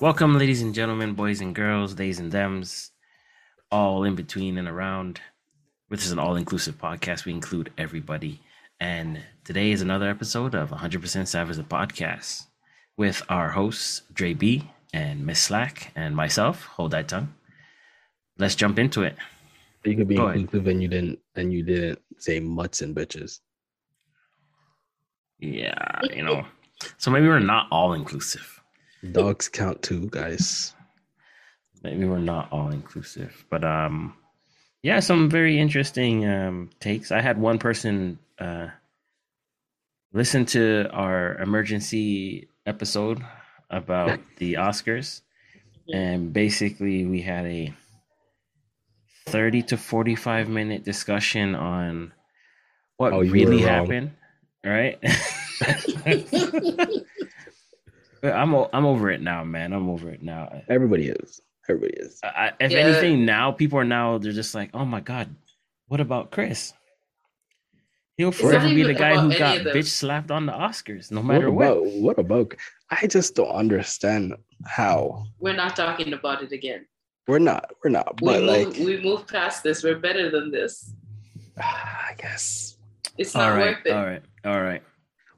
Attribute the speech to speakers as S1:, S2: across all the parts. S1: Welcome, ladies and gentlemen, boys and girls, theys and thems, all in between and around. This is an all inclusive podcast. We include everybody. And today is another episode of 100% Savage the Podcast with our hosts, Dre B and Miss Slack, and myself, Hold That Tongue. Let's jump into it.
S2: You could be
S1: Go ahead.
S2: inclusive and you didn't and you didn't say mutts and bitches.
S1: Yeah, you know. So maybe we're not all inclusive.
S2: Dogs count too, guys.
S1: maybe we're not all inclusive but um yeah some very interesting um takes i had one person uh listen to our emergency episode about the oscars and basically we had a 30 to 45 minute discussion on what
S2: Oh, you were
S1: really
S2: wrong.
S1: happened right But I'm o- I'm over it now, man. I'm over it now.
S2: Everybody is. Everybody is.
S1: I, if
S3: Yeah.
S1: anything, now people are now they're just like, oh my god, what about Chris? He'll
S3: not
S1: forever be the
S3: even
S1: guy
S3: about
S1: who
S3: any
S1: got
S3: of them.
S1: bitch slapped on the Oscars, no matter
S2: what
S1: what.
S2: about what about I just don't understand how.
S3: We're not talking about it again.
S2: We're not, we're not.
S3: We
S2: But
S3: move,
S2: like
S3: we move past this. We're better than this.
S2: I guess
S3: It's
S1: All
S3: not
S1: right,
S3: worth it.
S1: all right, all right.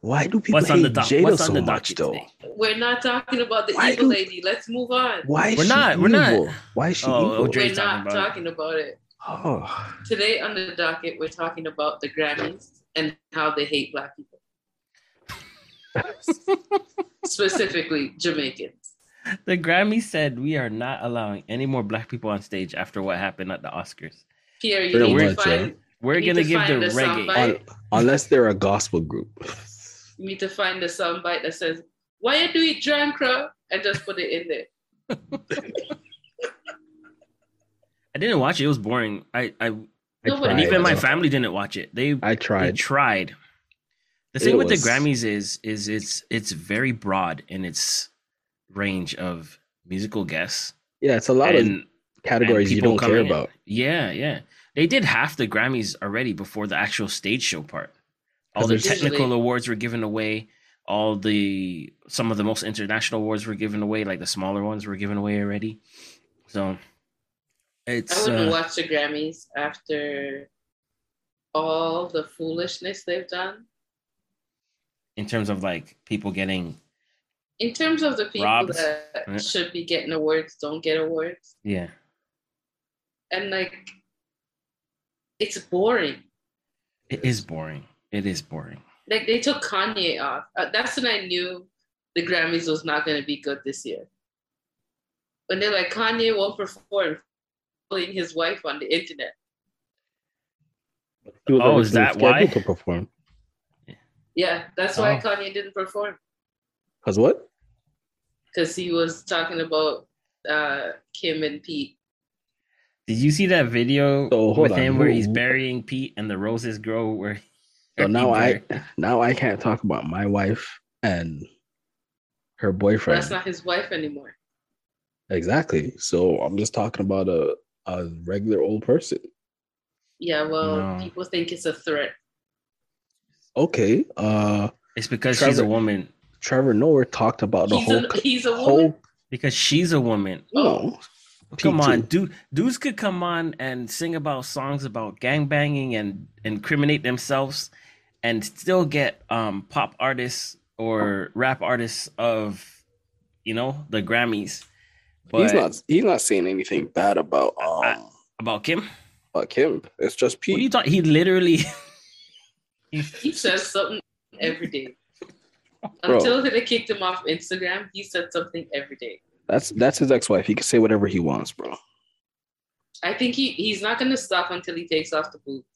S2: why do people
S1: What's on the
S2: hate
S1: doc?
S2: Jada
S1: What's on
S2: so
S1: the
S2: much
S1: doc?
S2: though?
S3: We're not talking about the
S2: Why
S3: evil
S2: do-
S3: lady. Let's move on.
S2: Why is
S1: We're
S2: she
S1: not- we're not.
S2: evil? Why is she
S1: Oh,
S2: evil?
S1: Dre's
S3: We're not
S1: talking
S3: talking about it.
S2: Oh,
S3: Today on the docket, we're talking about the Grammys and how they hate black people. Specifically Jamaicans.
S1: The Grammy said we are not allowing any more black people on stage after what happened at the Oscars.
S3: Pierre, you
S2: Pretty
S3: need to
S2: much,
S3: find
S1: We're
S3: We need
S1: gonna
S3: to
S1: give the
S3: find a
S1: reggae.
S3: soundbite.
S2: Un- unless they're a gospel group.
S3: you need to find a soundbite that says, Why you do it drunk, crowd?" And just put it in there.
S1: I didn't watch it. It was boring. I, I
S3: Nobody-
S1: and
S3: Right,
S1: even my
S2: I-
S1: family didn't watch it. They
S2: I
S1: They
S2: tried.
S1: tried. The
S2: It
S1: thing with
S2: was-
S1: the Grammys is is it's it's very broad in its range of musical guests
S2: Yeah, it's a lot of
S1: and, and
S2: categories you
S1: people
S2: don't care
S1: coming in.
S2: about.
S1: Yeah, yeah. They did half the Grammys already before the actual stage show part. All
S2: 'Cause
S1: the
S2: there's-
S1: technical
S3: Usually-
S1: awards were given away. All the some of the most international awards were given away. Like the smaller ones were given away already. So
S3: I
S1: it's
S3: wouldn't
S1: uh,
S3: watch the Grammys after all the foolishness they've done.
S1: in terms of like people getting
S3: In terms of the people
S1: Robbed.
S3: that
S1: Yeah.
S3: should be getting awards, don't get awards.
S1: yeah.
S3: And like, it's boring.
S1: It is boring. It is boring.
S3: Like, they took Kanye off. Uh, that's when I knew the Grammys was not going to be good this year. When they're like, Kanye won't perform, calling his wife on the internet.
S2: He was
S1: Oh,
S2: originally
S1: is that
S2: scheduled
S1: why?
S2: to perform?
S3: Yeah, that's why
S1: Oh.
S3: Kanye didn't perform.
S2: Cause what?
S3: because he was talking about uh, Kim and Pete.
S1: Did you see that video
S2: So, hold
S1: with
S2: on.
S1: him where
S2: Who-
S1: he's
S2: who-
S1: burying Pete and the roses grow? Where
S2: So
S1: he
S2: now I
S1: buried-
S2: now I can't talk about my wife and her boyfriend.
S3: That's not his wife anymore.
S2: exactly. So I'm just talking about a a regular old person.
S3: Yeah, well,
S1: No.
S3: people think it's a threat.
S2: Okay. Uh
S1: it's because she's a
S2: Trevor-
S1: woman.
S2: Trevor Noah talked about the
S3: He's,
S2: whole
S3: a, he's a woman.
S2: whole
S1: Because she's a woman.
S2: no.
S1: Come
S2: P2.
S1: on, dude. Dudes could come on and sing about songs about gangbanging and incriminate themselves, and still get um pop artists or rap artists of, you know, the Grammys.
S3: Oh.
S1: But
S2: he's not he's not saying anything bad about um
S1: I- about Kim.
S2: about Kim. It's just
S1: What are you
S2: Pete.
S1: talking? He literally.
S3: He says something every day.
S2: Bro.
S3: Until they kicked him off Instagram, he said something every day.
S2: That's that's his ex-wife. He can say whatever he wants, bro.
S3: I think he, he's not going to stop until he takes off the boots.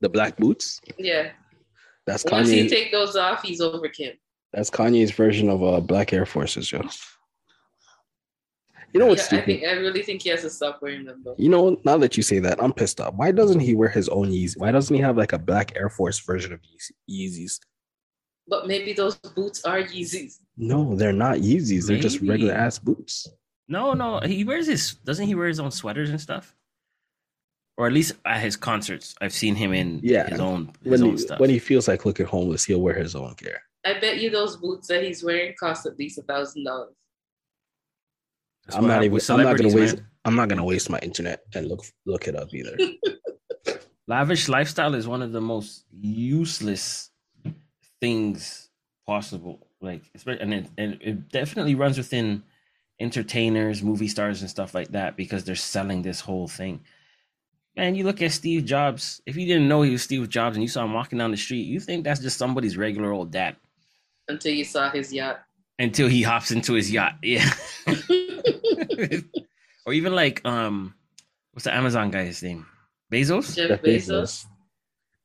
S2: The black boots.
S3: Yeah.
S2: That's
S3: Once he
S2: Kanye.
S3: take those off, he's over Kim.
S2: that's Kanye's version of uh black Air Forces, yo. You know what's
S3: Yeah, I
S2: stupid?
S3: think I really think he has to stop wearing them though.
S2: You know, now that you say that, I'm pissed off. Why doesn't he wear his own Yeezy? Why doesn't he have like a black Air Force version of Yeez- Yeezys?
S3: But maybe those boots are Yeezys.
S2: No, they're not Yeezys. They're just
S1: Maybe.
S2: regular ass boots.
S1: No, no, he wears his doesn't he wear his own sweaters and stuff? Or at least at his concerts, I've seen him in
S2: Yeah.
S1: his own his
S2: When
S1: own
S2: he,
S1: stuff.
S2: when he feels like looking homeless, he'll wear his own gear.
S3: I bet you those boots that he's wearing cost at least a thousand dollars.
S1: That's
S2: I'm
S1: what
S2: not
S1: happened
S2: even.
S1: with
S2: I'm not gonna
S1: celebrities,
S2: waste.
S1: man.
S2: I'm not gonna waste my internet and look look it up either.
S1: Lavish lifestyle is one of the most useless things possible. Like, espe- and it, and it definitely runs within entertainers, movie stars, and stuff like that because they're selling this whole thing. Man, you look at Steve Jobs. If you didn't know he was Steve Jobs and you saw him walking down the street, you think that's just somebody's regular old dad
S3: Until you saw his yacht.
S1: until he hops into his yacht. Yeah. or even like um what's the Amazon guy's name? Bezos?
S3: Jeff Bezos.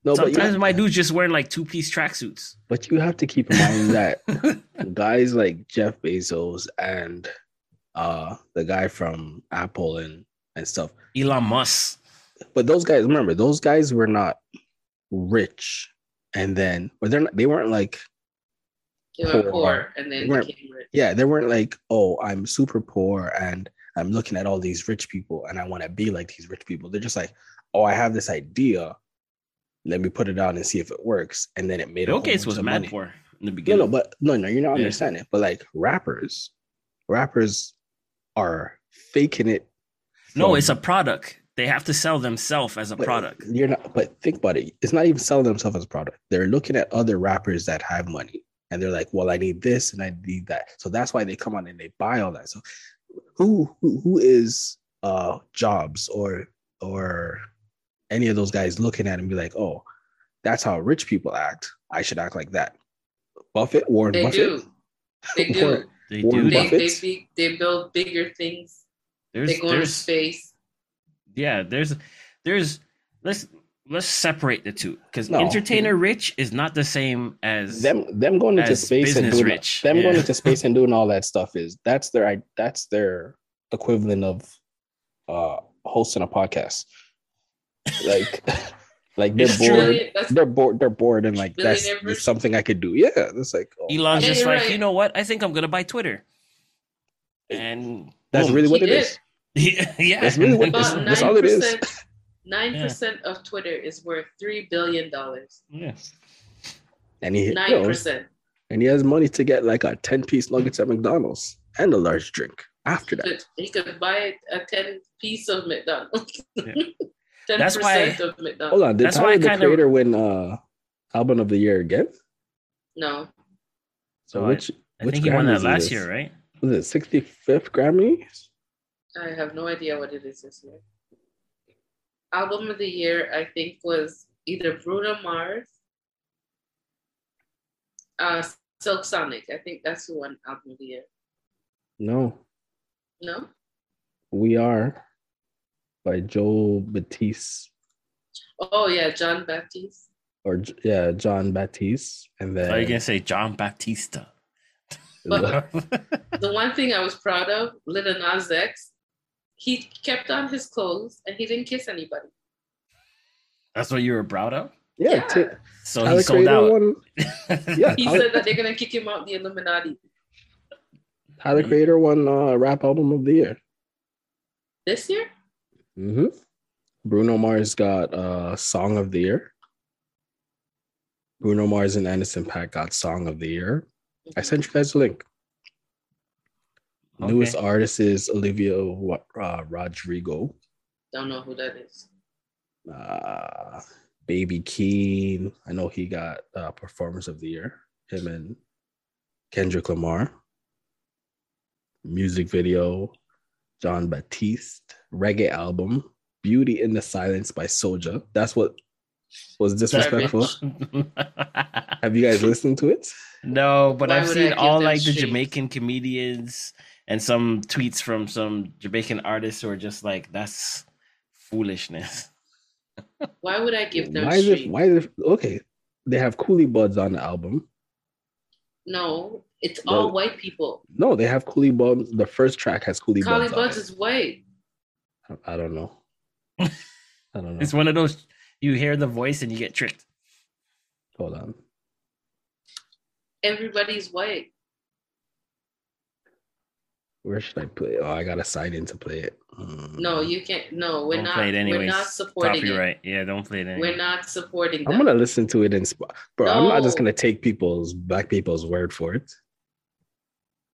S2: No, but you,
S1: Sometimes
S2: have,
S1: my dude's just wearing like two piece tracksuits.
S2: but you have to keep in mind that guys like Jeff Bezos and uh the guy from Apple and and stuff.
S1: Elon Musk.
S2: But those guys, remember, those guys were not rich, and then or they're not. They weren't like
S3: They were
S2: Poor.
S3: poor, and then
S2: Right.
S3: became rich.
S2: yeah, they weren't like oh I'm super poor and I'm looking at all these rich people and I want to be like these rich people. They're just like oh I have this idea, let me put it out and see if it works, and then it made. a
S1: Bill
S2: whole
S1: Gates
S2: bunch
S1: was
S2: of
S1: mad
S2: money.
S1: poor in the
S2: No,
S1: beginning.
S2: no, but no, no, you're not
S1: Yeah.
S2: understanding. But like rappers, rappers are faking it.
S1: No,
S2: from-
S1: it's a product. They have to sell themselves as a
S2: um, but
S1: product.
S2: You're not. But think about it. It's not even selling themselves as a product. They're looking at other rappers that have money, and they're like, "Well, I need this and I need that." So that's why they come on and they buy all that. So who who, who is uh Jobs or or any of those guys looking at it and be like, "Oh, that's how rich people act. I should act like that." Buffett, Warren
S3: They
S2: Buffett.
S3: do. They
S2: Warren-
S3: do.
S1: They
S2: Warren
S1: do.
S3: They,
S1: that.
S2: Buffett.
S3: they,
S2: Buffets?
S3: be, they build bigger things.
S1: There's,
S3: they go into
S1: there's,
S3: space.
S1: yeah, there's, there's. Let's let's separate the two because
S2: No.
S1: entertainer rich is not the same as
S2: them them going into
S1: as
S2: space and
S1: business
S2: doing
S1: rich.
S2: them
S1: Yeah.
S2: going into space and doing all that stuff is that's their i- that's their equivalent of uh hosting a podcast like like they're
S1: It's true.
S2: bored
S3: Billion- that's-
S2: they're bored they're bored and like that's,
S3: Billionaire
S2: that's
S3: version.
S2: something i could do yeah that's like oh,
S1: Elon's
S3: Yeah,
S1: just
S3: you're
S1: like,
S3: right.
S1: you know what? I think I'm gonna buy Twitter. And
S2: that's
S1: boom.
S2: really what
S3: He
S2: it
S3: did.
S2: is
S1: yeah.
S2: That's really what
S3: About
S2: that's all it is.
S3: 9%, 9% of Twitter is worth $3 billion.
S1: Yeah.
S2: and he you know,
S3: 9%.
S2: and he has money to get like a 10 piece nuggets at mcdonald's and a large drink after that
S3: But he could buy a 10 piece of McDonald's.
S1: Yeah.
S3: 10%
S1: That's why-
S3: of McDonald's.
S2: hold on did
S1: That's why
S2: Tyler,
S1: I
S2: the
S1: kinda-
S2: creator win uh album of the year again
S3: No,
S2: so
S1: So I-
S2: which
S1: I
S2: Which
S1: think he won
S2: Grammys
S1: that
S2: is
S1: last
S2: this?
S1: year, right?
S2: was it 65th grammy
S3: I have no idea what it is this year. Album of the year, I think, was either Bruno Mars, uh, Silk Sonic. I think that's who won album of the year.
S2: no
S3: No?
S2: We Are by Joel Batiste
S3: Oh, yeah, John Baptiste.
S2: or J- yeah, John Batiste. And then
S1: Are you gonna say John Baptista?
S3: the one thing I was proud of, Little Nas X, he kept on his clothes and he didn't kiss anybody.
S1: That's what you were proud of.
S2: yeah,
S3: Yeah.
S2: T-
S1: So
S2: Tyler
S1: Oh, he sold
S2: Creator
S1: out.
S2: won. Yeah,
S3: He
S2: Tyler,
S3: said that they're gonna kick him out the Illuminati
S2: Tyler Creator won uh, rap album of the year.
S3: this year.
S2: hmm Bruno Mars got uh, song of the year. Bruno Mars and Anderson Pack got song of the year. I sent you guys a link.
S1: Okay.
S2: Newest artist is Olivia Wa- uh, Rodrigo.
S3: Don't know who that is.
S2: uh baby keen i know he got uh performance of the year him and kendrick lamar music video john batiste reggae album beauty in the silence by soldier that's what was disrespectful have you guys listened to it
S1: no, but
S3: Why
S1: I've
S3: would I
S1: seen
S3: give
S1: all
S3: them
S1: like the
S3: shade?
S1: Jamaican comedians and some tweets from some Jamaican artists who are just like, "That's foolishness."
S3: Why would I give them
S2: why is it
S3: shade?
S2: why is it okay they have coolie buds on the album
S3: No, it's
S2: No.
S3: all white people.
S2: no they have coolie buds the first track has coolie
S3: Collie
S2: buds, on
S3: Buds
S2: it.
S3: is white.
S2: I, I don't know i don't know
S1: It's one of those you hear the voice and you get tricked.
S2: hold on
S3: Everybody's white.
S2: Where should I play? it? Oh, I gotta sign in to play it. Mm.
S3: No, you can't. No, we're
S1: don't
S3: not.
S1: play it anyways.
S3: We're not supporting
S1: Copyright. Yeah, don't play it
S3: it.
S1: anyways.
S3: We're not supporting. Them.
S2: I'm gonna listen to it in spot, bro. I'm not just
S3: No.
S2: gonna take people's black people's word for it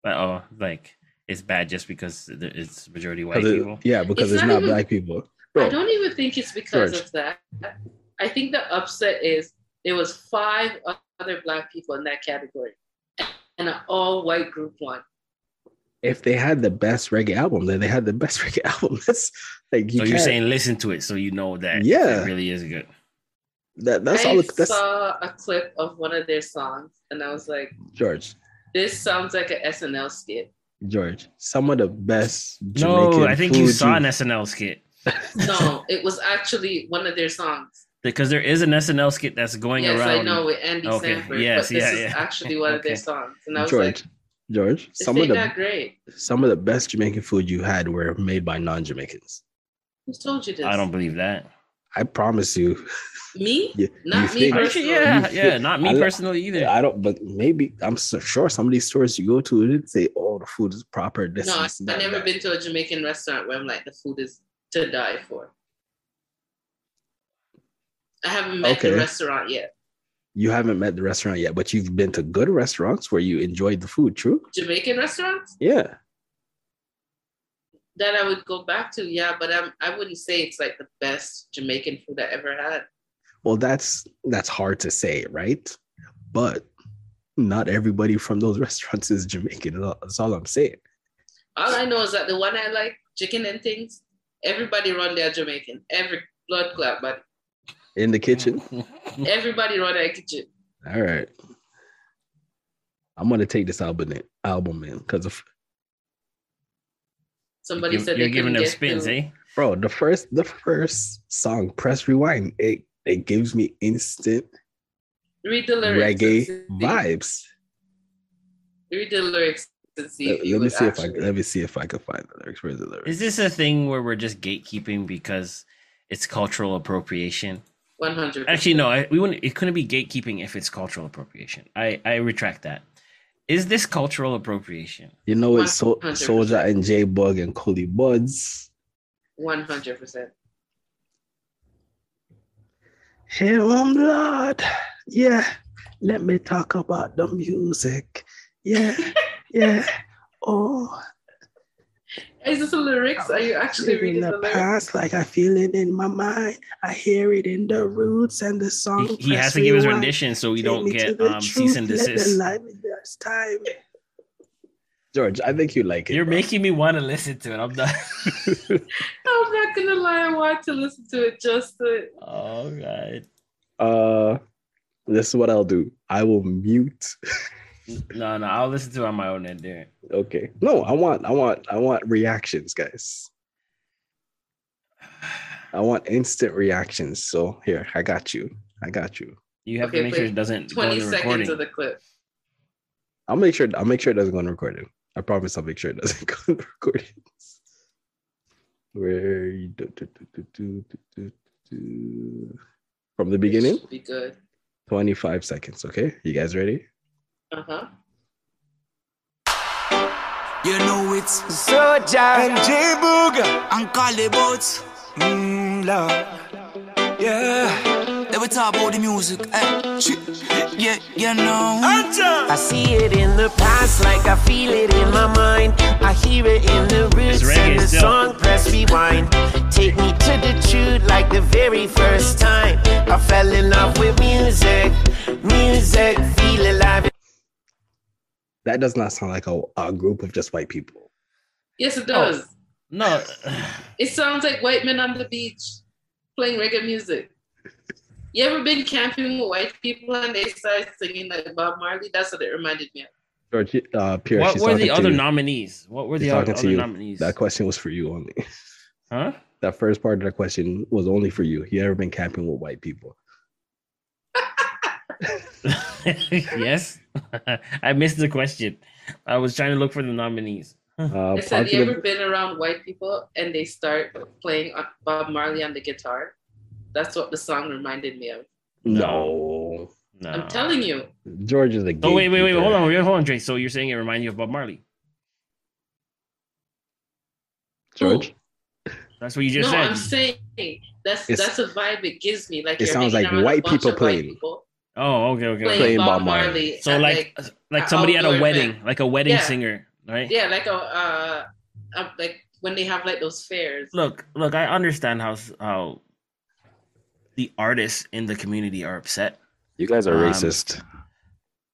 S1: Like, oh, like it's bad just because th- it's majority white
S2: 'Cause it-
S1: people.
S2: yeah, because it's,
S3: not
S2: not
S3: even-
S2: black people,
S3: I
S2: bro.
S3: don't even think it's because
S2: George.
S3: of that. I think the upset is there was five other black people in that category, and an all white group won.
S2: If they had the best reggae album, then they had the best reggae album. That's like you
S1: so you're
S2: can't-
S1: saying listen to it so you know that
S2: Yeah.
S1: it really is good.
S2: that, that's
S3: I
S2: all. That's
S3: saw a clip of one of their songs, and I was like,
S2: George.
S3: "This sounds like an SNL skit."
S2: George, some of the best.
S1: no, I think you
S2: food
S1: saw an SNL skit
S3: No, it was actually one of their songs.
S1: because there is an SNL skit that's going
S3: yes,
S1: around.
S3: I know with Andy
S1: Okay,
S3: Samberg,
S1: yes,
S3: but this
S1: yeah,
S3: is
S1: yeah.
S3: actually one of their
S1: Okay.
S3: songs, and I was
S2: George,
S3: like,
S2: George,
S3: "This
S2: some of
S3: ain't
S2: the
S3: that great."
S2: some of the best Jamaican food you had were made by non-Jamaicans.
S3: Who told you this?
S1: I don't believe that.
S2: I promise you.
S3: Me?
S2: You,
S3: Not
S2: you
S3: me
S2: think-
S1: Actually,
S3: personally.
S1: yeah,
S2: You
S1: yeah,
S2: feel-
S1: not me
S2: I li-
S1: personally either.
S2: I don't, but maybe I'm so sure some of these stores you go to didn't say, "Oh, the food is proper." This,
S3: no,
S2: this,
S3: I've
S2: that,
S3: never
S2: that."
S3: been to a Jamaican restaurant where I'm like the food is to die for. I haven't met
S2: Okay.
S3: the restaurant yet.
S2: You haven't met the restaurant yet, but you've been to good restaurants where you enjoyed the food. True.
S3: Jamaican restaurants
S2: Yeah.
S3: that I would go back to, yeah, but I'm I wouldn't say it's like the best Jamaican food I ever had.
S2: Well, that's that's hard to say, right? But not everybody from those restaurants is Jamaican. That's all I'm saying.
S3: All I know is that the one I like, chicken and things, everybody run their Jamaican. Every blood clap, but
S2: In the kitchen.
S3: everybody run their kitchen.
S2: All right. I'm gonna take this album in, album in because of
S3: Somebody
S1: You're-
S3: said
S1: you're
S3: they
S1: giving
S3: couldn't
S1: them
S3: get
S1: spins,
S3: through.
S1: eh?
S2: bro the first the first song press rewind it it gives me instant
S3: Read the lyrics. and
S2: reggae
S3: see-
S2: vibes.
S3: Read the lyrics and see.
S2: Let,
S3: if you
S2: let me
S3: would
S2: see if I
S3: actually-
S2: let me see if I can find the lyrics. Where's the lyrics?
S1: Is this a thing where we're just gatekeeping because it's cultural appropriation?
S3: 100.
S1: Actually, no. I, we wouldn't. It couldn't be gatekeeping if it's cultural appropriation. I I retract that. Is this cultural appropriation?
S2: you know it's so,
S3: 100%.
S2: Soldier and J Bug and Cody Buds.
S3: 100%.
S2: Hear 'em, Lord. Yeah, let me talk about the music. Yeah, yeah. Oh,
S3: Is this the lyrics? Are you actually reading
S2: in
S3: the
S2: the
S3: lyrics?
S2: past, like I feel it in my mind. I hear it in the roots and the song.
S1: He, he has
S2: Press
S1: to give his
S2: Rewind.
S1: rendition so we
S2: Take
S1: don't
S2: me to
S1: get
S2: the
S1: um,
S2: truth,
S1: cease and
S2: let the
S1: desist.
S2: light be this time. George, I think you like it.
S1: You're
S2: bro.
S1: making me want to listen to it. I'm done.
S3: I'm not gonna lie, I want to listen to it just to
S1: oh god.
S2: uh this is what I'll do. I will mute.
S1: No, no. I'll listen to it on my own end. There.
S2: Okay. No, I want I want I want reactions, guys. I want instant reactions. So here, I got you. I got you.
S1: You have to
S3: Okay,
S1: make sure
S3: wait.
S1: it doesn't go
S3: 20
S1: in the
S3: seconds
S1: recording.
S3: of the clip.
S2: I'll make sure I'll make sure it doesn't go on recording. I promise I'll make sure it doesn't go on recording. Where you do, do, do, do, do, do, do, do. from the beginning?
S3: It should Be good.
S2: 25 seconds. Okay. You guys ready?
S3: Uh huh.
S4: You know it's
S5: Soja,
S4: and J Booga and Mmm, love. Yeah. Let me talk about the music. eh. Ch- Yeah, you know.
S5: I see it in the past, like I feel it in my mind. I hear it in the roots
S1: reggae
S5: and the
S1: still.
S5: song. Press rewind. Take me to the truth, like the very first time I fell in love with music. Music, feel alive.
S2: That does not sound like a, a group of just white people.
S3: Yes,
S1: Oh.
S3: it does.
S1: no.
S3: It sounds like white men on the beach playing reggae music. You ever been camping with white people and they start singing like Bob Marley? That's what it reminded me of.
S2: George, uh, Pierre,
S1: what
S2: she's
S1: were
S2: talking
S1: the
S2: to
S1: other
S2: you.
S1: nominees? What were
S2: She's
S1: the other,
S2: talking to
S1: other
S2: you.
S1: nominees?
S2: That question was for you only.
S1: Huh?
S2: That first part of the question was only for you. You ever been camping with white people?
S1: yes. I missed the question. I was trying to look for the nominees.
S2: Uh,
S3: I said, you
S2: positive-
S3: ever been around white people and they start playing on- Bob Marley on the guitar? That's what the song reminded me of.
S2: no.
S1: No.
S3: I'm telling you.
S2: George is a
S1: Oh wait, wait, wait,
S2: gatekeeper.
S1: hold on, wait, hold on, Dre. So you're saying it reminds you of Bob Marley?
S2: George.
S1: That's what you just
S3: no,
S1: said.
S3: I'm saying that's
S2: It's-
S3: that's a vibe it gives me. Like
S2: it
S3: you're
S2: sounds
S3: hanging
S2: like
S3: around a
S2: white
S3: bunch
S2: people
S3: of
S2: playing.
S3: people
S1: oh, okay, okay.
S3: playing
S2: Playing
S3: Bob
S2: Bob Marley.
S3: Marley.
S1: so
S3: and,
S1: like like,
S3: a
S1: somebody at a
S3: outdoor
S1: wedding,
S3: event.
S1: like a wedding
S3: Yeah.
S1: singer, right?
S3: yeah, like a uh, uh, like when they have like those fairs.
S1: Look, look, I understand how how the artists in the community are upset.
S2: You guys are
S1: Um,
S2: racist.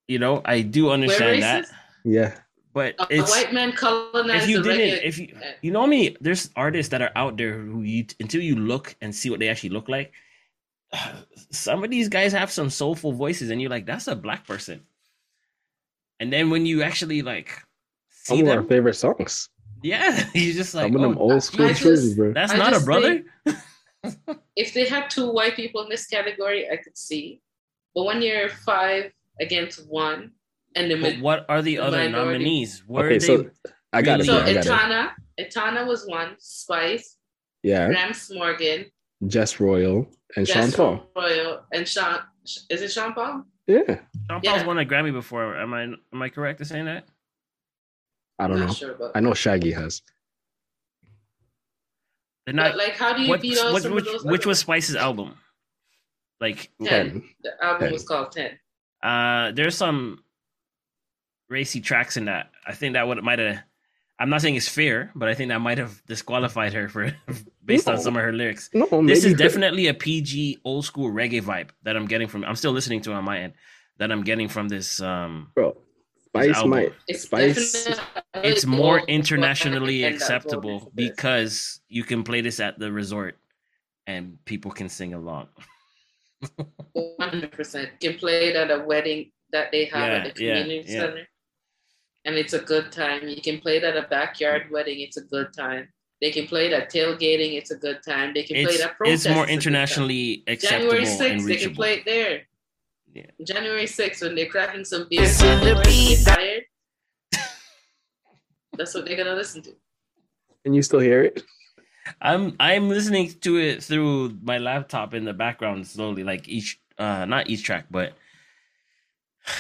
S1: You know, I do understand that,
S3: racist?
S2: Yeah.
S1: but
S3: A
S1: it's
S3: white man colonized
S1: if you
S3: the
S1: didn't,
S3: regular.
S1: if you you know me, there's artists that are out there who you until you look and see what they actually look like. Some of these guys have some soulful voices, and you're like, that's a black person. And then when you actually like see
S2: Some of our
S1: them,
S2: favorite songs.
S1: yeah, you're just like,
S2: Some of them
S1: oh,
S2: old school
S3: I
S2: choices,
S3: just-
S2: bro.
S1: that's
S3: I
S1: not a
S3: just
S1: brother.
S3: think- if they had two white people in this category, I could see. But when you're five against one, and the
S1: But
S3: mid-
S1: what are the
S3: the
S1: other
S3: minority.
S1: nominees? Were
S2: Okay,
S1: they?
S2: so- I got it.
S1: really-
S2: Bro.
S3: so
S2: I got it.
S3: Etana, Etana was one, Spice,
S2: Yeah.
S3: Rams Morgan,
S2: Jess Royal and Sean
S3: Jess
S2: Paul.
S3: Royal, and Sean. Is it Sean Paul?
S2: Yeah.
S1: Sean Paul's
S3: yeah.
S1: won a Grammy before. Am I am I correct in saying that?
S2: I don't
S3: Not
S2: know.
S3: sure about.
S2: I know Shaggy has.
S1: They're
S3: But,
S1: not.
S3: like, how do you
S1: What,
S3: beat out
S1: what
S3: some
S1: which,
S3: of those?
S1: which
S3: other-
S1: was Spice's album? Like
S3: Ten.
S2: Ten.
S3: the album
S2: Ten.
S3: was called Ten.
S1: Uh, there's some racy tracks in that. I think that would might have. I'm not saying it's fair, but I think that might have disqualified her for based on
S2: No.
S1: some of her lyrics.
S2: No,
S1: This
S2: maybe
S1: is
S2: her-
S1: definitely a PG old school reggae vibe that I'm getting from. I'm still listening to on my end that I'm getting from this. Um,
S2: bro. Spice
S1: album.
S2: might
S3: It's
S2: Spice-
S3: definitely
S1: it's more
S3: old-
S1: internationally
S3: and that's
S1: acceptable
S3: old.
S1: because you can play this at the resort and people can sing along.
S3: 100% can play it at a wedding that they have
S1: Yeah,
S3: at the
S1: yeah,
S3: community
S1: yeah.
S3: center and it's a good time you can play it at a backyard wedding it's a good time they can play it at tailgating it's a good time they can play
S1: It's,
S3: it at
S1: it's
S3: protests
S1: more
S3: a good time.
S1: internationally acceptable
S3: january
S1: and
S3: 6th they can
S1: reachable.
S3: play it there
S1: Yeah.
S3: january 6th when they're cracking some beer
S5: Listen to
S3: they're
S5: beat.
S3: tired, that's what they're gonna listen to
S2: and you still hear it?
S1: I'm I'm listening to it through my laptop in the background slowly, like each uh not each track, but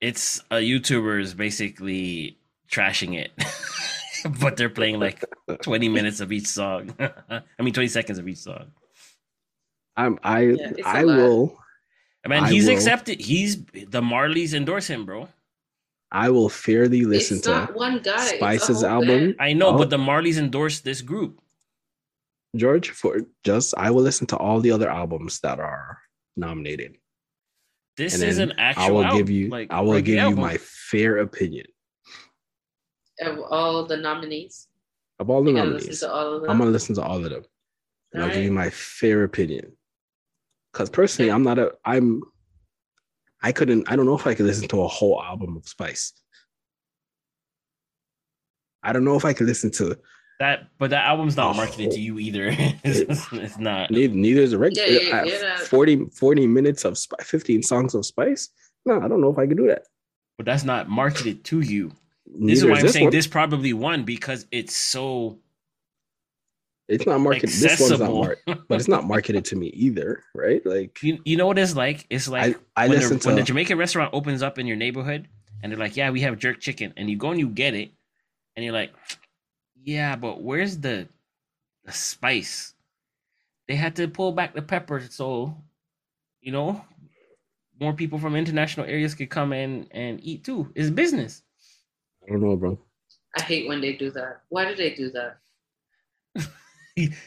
S1: it's a YouTuber is basically trashing it. but they're playing like 20 minutes of each song. I mean 20 seconds of each song.
S2: I'm I
S3: it's a
S2: I
S3: lot.
S2: will
S1: I mean
S2: I
S1: he's
S2: will-
S1: accepted he's the Marleys endorse him, bro.
S2: I will fairly listen
S3: it's
S2: to
S3: not one guy it's a
S2: Spice's
S3: whole
S2: album.
S3: band.
S1: I know,
S2: Oh.
S1: but the Marleys endorse this group.
S2: George for just I will listen to all the other albums that are nominated.
S1: This
S2: And
S1: is
S2: then
S1: an actual
S2: I will
S1: album,
S2: give you
S1: like,
S2: I will
S1: reggae
S2: give you
S1: album.
S2: my fair opinion
S3: of all the nominees
S2: of all the
S3: You're gonna listen
S2: nominees.
S3: to all of them
S2: I'm gonna listen to all of them. And I'll give you
S3: Alright.
S2: my fair opinion. Cause personally,
S3: Okay.
S2: I'm not a I'm I couldn't I don't know if I could listen to a whole album of Spice. I don't know if I could listen to
S1: That but that album's not
S2: Oh.
S1: marketed to you either. it's, it's not.
S2: neither, neither is a regular
S3: Yeah, yeah,
S2: uh,
S3: yeah, that-
S2: 40 40 minutes of Spi- 15 songs of Spice. No, I don't know if I could do that.
S1: But that's not marketed to you.
S2: Neither
S1: This is why I'm saying
S2: one.
S1: this probably won because it's so
S2: It's not marketed. This one's not
S1: accessible.
S2: marketed, but it's not marketed to me either, right? Like,
S1: you, you know what it's like? It's like
S2: I, I
S1: when,
S2: listen
S1: the,
S2: to
S1: when the Jamaican restaurant opens up in your neighborhood and they're like, Yeah, we have jerk chicken. And you go and you get it. And you're like, Yeah, but where's the, the spice? They had to pull back the pepper so, you know, more people from international areas could come in and eat too. It's business.
S2: I don't know, bro.
S3: I hate when they do that. Why do they do that?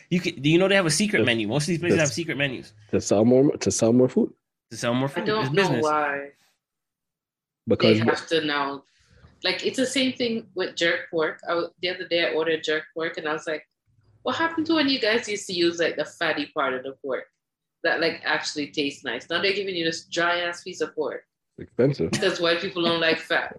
S1: You can, do you know they have a secret
S2: That's-
S1: menu? Most of these places
S2: that's-
S1: have secret menus
S2: To sell more, to sell more food
S1: to sell more
S3: I
S1: food. It's
S3: don't know
S1: business.
S3: why they
S2: because
S3: have to now. Like it's the same thing with jerk pork. I was, the other day I ordered jerk pork and I was like, "What happened to when you guys used to use like the fatty part of the pork that like actually tastes nice? Now they're giving you this dry ass piece of pork
S2: it's expensive.
S3: because white people don't like fat.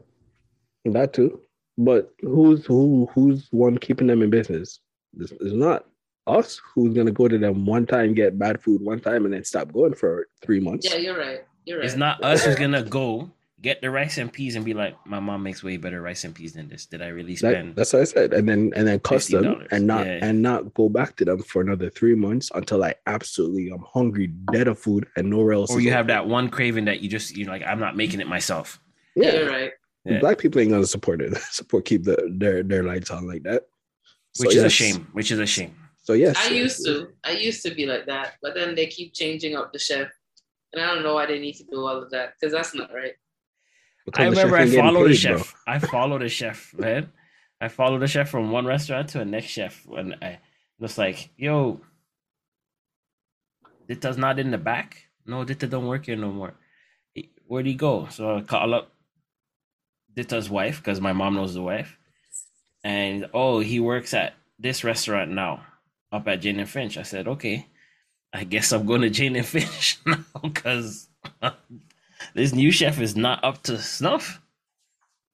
S2: That too. But who's who? Who's one keeping them in business? It's, it's not us. Who's gonna go to them one time, get bad food one time, and then stop going for three months?
S3: Yeah, you're right. You're right.
S1: It's not us who's gonna go get the rice and peas and be like, my mom makes way better rice and peas than this. Did I really
S2: That-
S1: spend?
S2: that's what I said, and then and then cuss them
S1: $50.
S2: and not
S1: Yeah.
S2: and not go back to them for another three months until I absolutely I'm hungry, dead of food, and nowhere else.
S1: or
S2: is
S1: you have
S2: open.
S1: that one craving that you just you're like, I'm not making it myself.
S2: Yeah,
S3: You're right.
S1: Yeah.
S2: black people ain't gonna support it. Support keep the, their their lights on like that. So
S1: which is a
S2: yes.
S1: shame. Which is a shame.
S2: So yes,
S3: I used to. I used to be like that, but then they keep changing up the chef, and I don't know why they need to do all of that because that's not right.
S2: Because
S1: I
S2: the chef
S1: remember I
S2: ain't getting
S1: followed a
S2: paid, bro.
S1: chef. I followed a chef, man. I followed a chef from one restaurant to the next chef, and I was like, "Yo, Ditta's not in the back. No, Ditta don't work here no more. Where'd he go?" So I call up Ditta's wife because my mom knows the wife, and oh, he works at this restaurant now, up at Jane and Finch. I said, "Okay, I guess I'm going to Jane and Finch now because." This new chef is not up to snuff.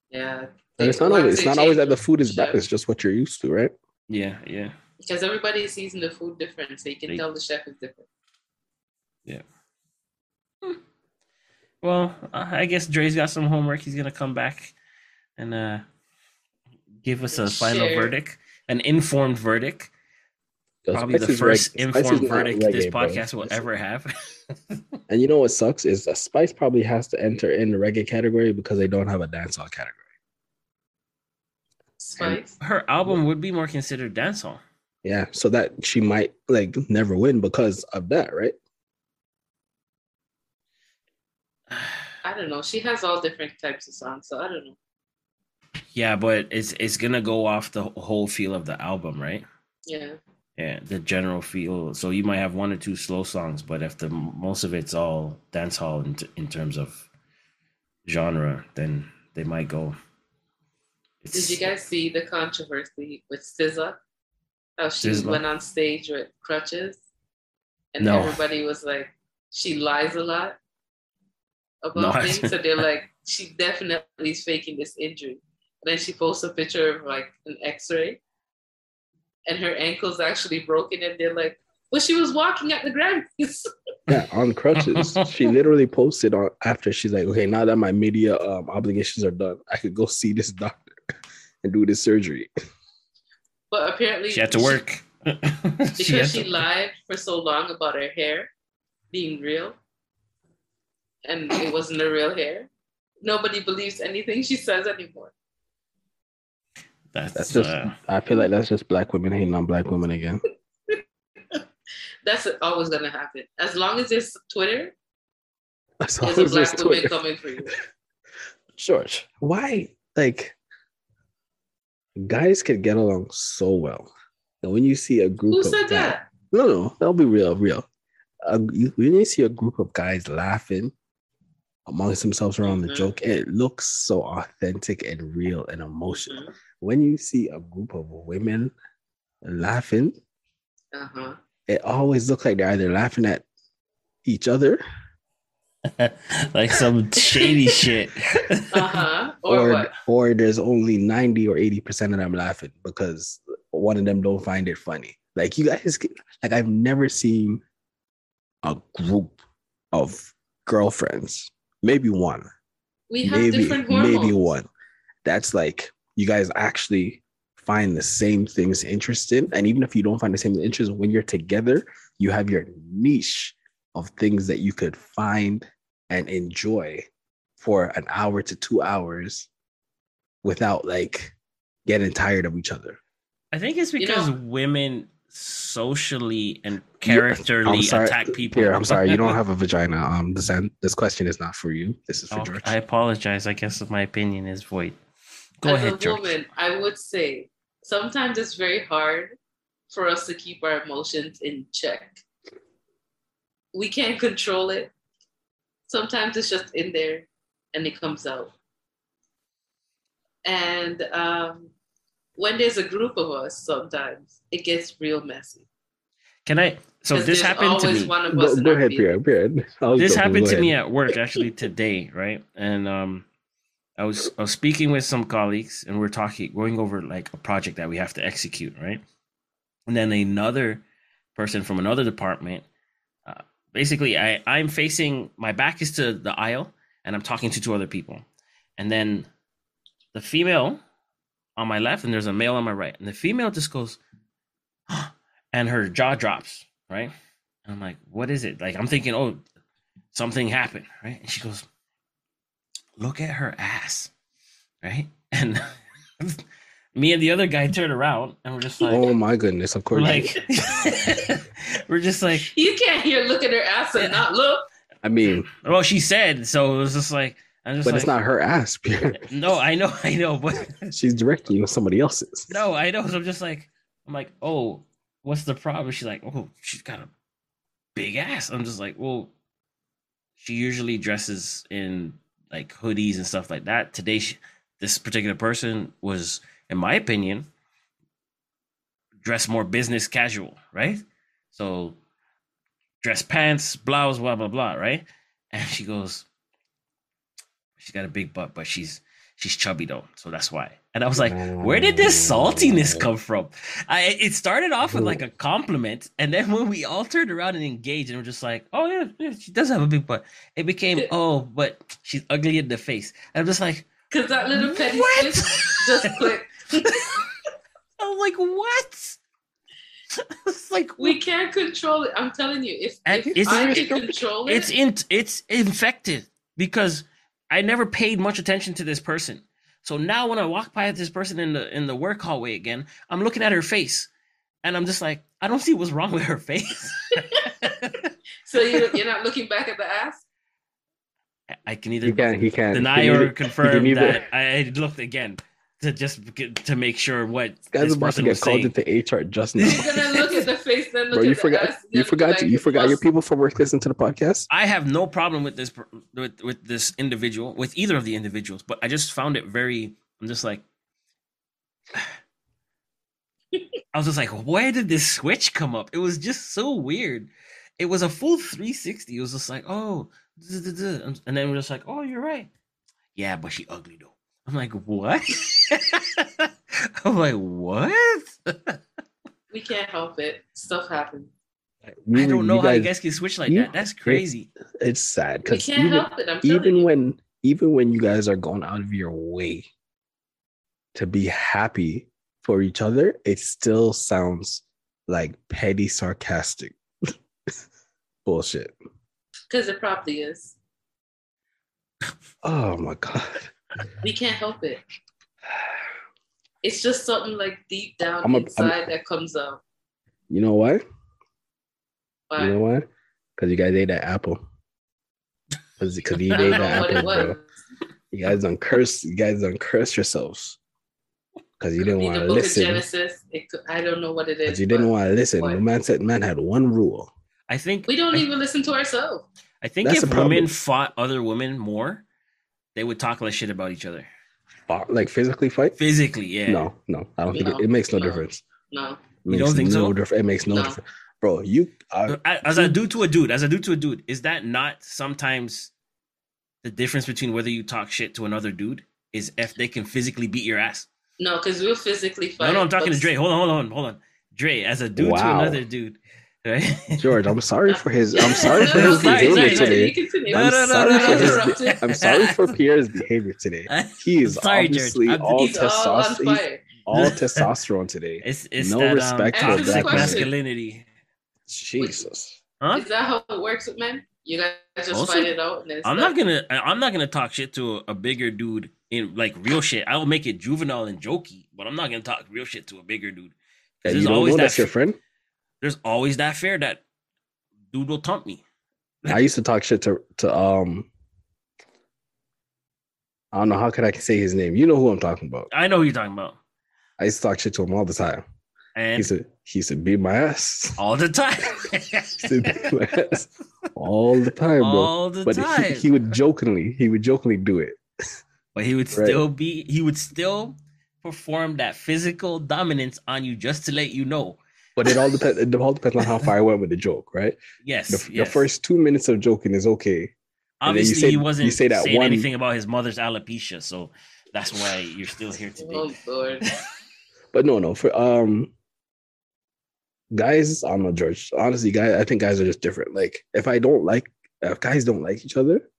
S3: Yeah.
S2: And it's not always it's not always that the food is bad. It's just what you're used to, right?
S1: Yeah, yeah.
S3: because everybody season the food different, so you can
S1: They-
S3: tell the chef is different.
S1: Well, I I guess Dre's got some homework. He's gonna come back and uh give us a final
S3: Sure.
S1: verdict, an informed verdict.
S2: Yo,
S1: Probably
S2: Spice
S1: the
S2: is reg-
S1: first
S2: Spice is
S1: informed
S2: not
S1: verdict this
S2: reggae, bro.
S1: podcast will
S2: Listen.
S1: ever have.
S2: And you know what sucks is that Spice probably has to enter in the reggae category because they don't have a dancehall category.
S3: Spice.
S1: Her album would be more considered dancehall.
S2: Yeah, so that she might like never win because of that, right?
S3: I don't know. She has all different types of songs, so I don't know.
S1: Yeah, but it's it's gonna go off the whole feel of the album, right?
S3: Yeah.
S1: Yeah, the general feel. So you might have one or two slow songs, but if the most of it's all dancehall in, t- in terms of genre, then they might go.
S3: Did you guys see the controversy with SZA? How she
S1: SZA?
S3: went on stage with crutches, and
S1: No.
S3: everybody was like, "She lies a lot about
S1: No.
S3: things." So they're like, "She definitely is faking this injury." And then she posts a picture of like an X-ray, and her ankle's actually broken, and they're like, "Well, she was walking at the Grammys."
S2: Yeah, on crutches. she literally posted on after she's like, okay, now that my media um, obligations are done, I could go see this doctor and do this surgery.
S3: but apparently,
S1: she had to work. She had
S3: because she
S1: to-
S3: lied for so long about her hair being real and it wasn't her real hair nobody believes anything she says anymore
S1: that's,
S2: That's just
S1: uh,
S2: I feel like that's just black women hating on black women again.
S3: that's always going to happen as long as it's twitter
S2: That's
S3: there's
S2: all it
S3: a
S2: is
S3: black woman
S2: Twitter.
S3: coming for you
S2: George, why like guys can get along so well, and when you see a group
S3: who
S2: of
S3: said
S2: guys,
S3: that
S2: no, no, that'll be real, real. Uh, you, when you see a group of guys laughing amongst themselves around the
S3: Mhm.
S2: joke, it looks so authentic and real and emotional.
S3: Mhm.
S2: When you see a group of women laughing,
S3: uh-huh
S2: it always looks like they're either laughing at each other
S1: like some shady shit.
S3: uh-huh or,
S2: or
S3: what
S2: or there's only 90 or 80 percent of them laughing because one of them don't find it funny like you guys get- like i've never seen a group of girlfriends maybe one
S3: we have
S2: maybe
S3: different hormones
S2: maybe one that's like you guys actually find the same things interesting and even if you don't find the same interest when you're together you have your niche of things that you could find and enjoy for an hour to two hours without like getting tired of each other
S1: I think it's
S3: You know-
S1: because women socially and characterly
S2: I'm sorry,
S1: attack people.
S2: here i'm sorry you don't have a vagina um this this question is not for you this is for
S1: Oh,
S2: george
S1: I apologize. I guess my opinion is void. Go
S3: as
S1: ahead,
S3: a
S1: George.
S3: woman, I would say sometimes it's very hard for us to keep our emotions in check. We can't control it. Sometimes it's just in there and it comes out. And um, when there's a group of us, sometimes it gets real messy.
S1: Can I? So
S3: 'Cause
S1: this
S3: there's
S1: happened to
S3: always
S1: me.
S3: One of us
S2: go,
S3: in
S2: go
S3: our
S2: ahead
S3: field.
S2: pierre, pierre. I was
S1: this
S2: joking,
S1: happened
S2: Oh, go
S1: to
S2: ahead.
S1: me at work actually today, right? And um, I was I was speaking with some colleagues, and we're talking, going over like a project that we have to execute, right? And then another person from another department, uh, basically, I I'm facing my back is to the aisle, and I'm talking to two other people, and then the female on my left, and there's a male on my right, and the female just goes, and her jaw drops, right? And I'm like, what is it? Like I'm thinking, oh, something happened, right? And she goes, look at her ass, right? And me and the other guy turn around and we're just like,
S2: oh my goodness, of
S1: we're
S2: course.
S1: like, we're just like,
S3: You can't hear look at her ass and not look.
S2: I mean,
S1: well, she said, so it was just like, I'm just
S2: but
S1: like,
S2: it's not her ass. Pierre.
S1: no, I know, I know, but
S2: She's directing you with somebody else's.
S1: no, I know. So I'm just like, I'm like, oh, what's the problem? She's like, oh, she's got a big ass. I'm just like, well, she usually dresses in like hoodies and stuff like that. Today, she, this particular person was, in my opinion, dressed more business casual, right? So, dress pants, blouse, blah blah blah, right? And she goes, she's got a big butt, but she's she's chubby though, so that's why. And I was like, where did this saltiness come from? I it started off with like a compliment, and then when we all turned around and engaged, and we're just like, oh yeah, yeah, she does have a big butt. It became oh, but she's ugly in the face. And I'm just like,
S3: Cause that little petty
S1: What?
S3: switch just clicked.
S1: I'm like what? it's like
S3: We can't control it. I'm telling you, if,
S1: And
S3: if
S1: it's-
S3: I can control it,
S1: it's in it's infected because I never paid much attention to this person. So now when I walk by this person in the in the work hallway again, I'm looking at her face, and I'm just like, I don't see what's wrong with her face.
S3: so you, you're not looking back at the ass.
S1: I can either
S2: He can't. He can't
S1: deny
S2: he
S1: or
S2: neither-
S1: confirm
S2: neither-
S1: that I looked again to just get, to make sure what
S2: Guys
S1: this
S2: about to
S1: person
S2: get
S1: was
S2: called
S1: saying.
S2: into HR just now.
S3: You're gonna look at the face, then look
S2: Bro, you
S3: at the
S2: forgot.
S3: ass.
S2: You
S3: then be
S2: forgot.
S3: like,
S2: You forgot
S3: "What's
S2: your people from work listen to the podcast.
S1: I have no problem with this per- with, with this individual with either of the individuals, but I just found it very. I'm just like, I was just like, where did this switch come up? It was just so weird. It was a full 360. It was just like, oh, duh, duh, duh, duh. and then we're just like, oh, you're right. Yeah, but she ugly though. I'm like, what? I'm like, what?
S3: We can't help it. Stuff happens.
S1: I
S2: You-
S1: don't know
S2: you
S1: how you
S2: guys-
S1: guys can switch like
S2: you-
S1: that. That's crazy.
S2: It's sad
S3: We
S2: because
S3: can't
S2: even
S3: help it. I'm telling
S2: even
S3: you.
S2: when even when you guys are going out of your way to be happy for each other, it still sounds like petty sarcastic bullshit.
S3: because it probably is.
S2: Oh my god.
S3: We can't help it. It's just something like deep down
S2: I'm a- I'm-
S3: inside that comes out.
S2: You know why?
S3: But
S2: You know why? Because you guys ate that apple. Because he
S3: I
S2: ate
S3: don't know
S2: that
S3: what it
S2: apple,
S3: was.
S2: bro. You guys don't curse. You guys don't curse yourselves. Because you didn't
S3: Could be
S2: want
S3: the
S2: to
S3: book Of
S2: listen.
S3: Genesis. It could, I don't know what it
S2: Because
S3: is.
S2: you didn't
S3: but
S2: want to listen. The
S3: what?
S2: man said man had one rule.
S1: I think
S3: We don't
S1: I-
S3: even listen to ourselves.
S1: I think
S2: That's
S1: if
S2: the problem.
S1: women fought other women more, they would talk less shit about each other.
S2: Fought- Like physically fight?
S1: Physically, yeah.
S2: No, no. I don't think
S3: No,
S2: it, it makes no,
S3: no.
S2: difference.
S3: No.
S2: It
S1: You
S2: makes
S1: don't think
S2: no
S1: so?
S2: Diff- it makes no,
S3: No.
S2: difference. Bro, you uh,
S1: I- As a dude to a dude, as a dude to a dude, is that not sometimes the difference between whether you talk shit to another dude is if they can physically beat your ass?
S3: No, because we'll physically fight.
S1: No, no, I'm talking
S3: but
S1: to Dre. Hold on, hold on, hold on. Dre, as a dude to
S2: Wow.
S1: another dude, right?
S2: George, I'm sorry for his I'm sorry for his
S1: No, sorry,
S2: behavior
S1: sorry, sorry.
S2: today.
S3: continue.
S1: No, no,
S2: I'm
S1: no,
S2: sorry
S1: no,
S2: for
S1: no,
S2: his
S1: no,
S3: no.
S2: I'm sorry for Pierre's behavior today. He is
S1: Sorry, George.
S2: obviously
S1: I'm-
S2: all,
S3: He's all on
S2: testosterone. he's
S3: fire.
S2: all testosterone today.
S1: it's it's
S2: No
S1: that, um,
S2: respect
S3: for a
S1: toxic
S3: black man.
S1: masculinity,
S2: Jesus.
S1: huh?
S3: Is that how it works with men? You guys just
S1: Also,
S3: fight it out. And then
S1: I'm
S3: stop.
S1: not gonna. I- I'm not gonna talk shit to a, a bigger dude in like real shit. I will make it juvenile and jokey, but I'm not gonna talk real shit to a bigger dude. 'Cause
S2: Yeah,
S1: there's
S2: you don't
S1: always
S2: know
S1: that.
S2: that's your
S1: fe-
S2: friend?
S1: There's always that fear that dude will thump me.
S2: I used to talk shit to to um I don't know how could I say his name. You know who I'm talking about.
S1: I know who you're talking about,
S2: I used to talk shit to him all the time. He
S1: and
S2: used to he used to beat my ass.
S1: all the time,
S2: He used to beat my ass all the time, bro.
S1: all the
S2: but
S1: time.
S2: he, he would jokingly he would jokingly do it.
S1: but he would
S2: Right.
S1: still be. He would still perform that physical dominance on you just to let you know.
S2: But it all depends it all depends on how far I went with the joke, right?
S1: Yes,
S2: The,
S1: yes.
S2: the first two minutes of joking is okay. and then you
S1: obviously
S2: say-
S1: he
S2: you
S1: wasn't
S2: say that
S1: saying
S2: one-
S1: anything about his mother's alopecia, so that's why you're still here today.
S3: Oh, Lord.
S2: But no, no, for um guys, I don't know, George. Honestly, guys, I think guys are just different. Like, if I don't like if guys don't like each other,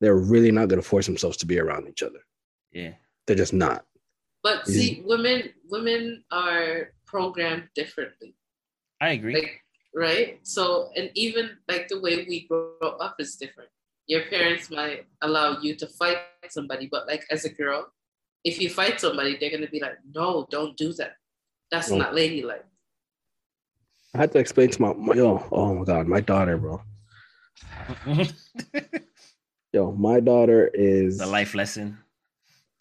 S2: they're really not gonna force themselves to be around each other.
S1: Yeah.
S2: They're just not.
S3: But
S2: Is-
S3: see, women women are programmed differently.
S1: I agree.
S3: like right so and even like the way we grow up is different your parents might allow you to fight somebody but like as a girl if you fight somebody, they're gonna be like, no, don't do that. That's
S2: No.
S3: not ladylike.
S2: I had to explain to my, my yo, oh my god, my daughter, bro. Yo, my daughter is
S1: the life lesson.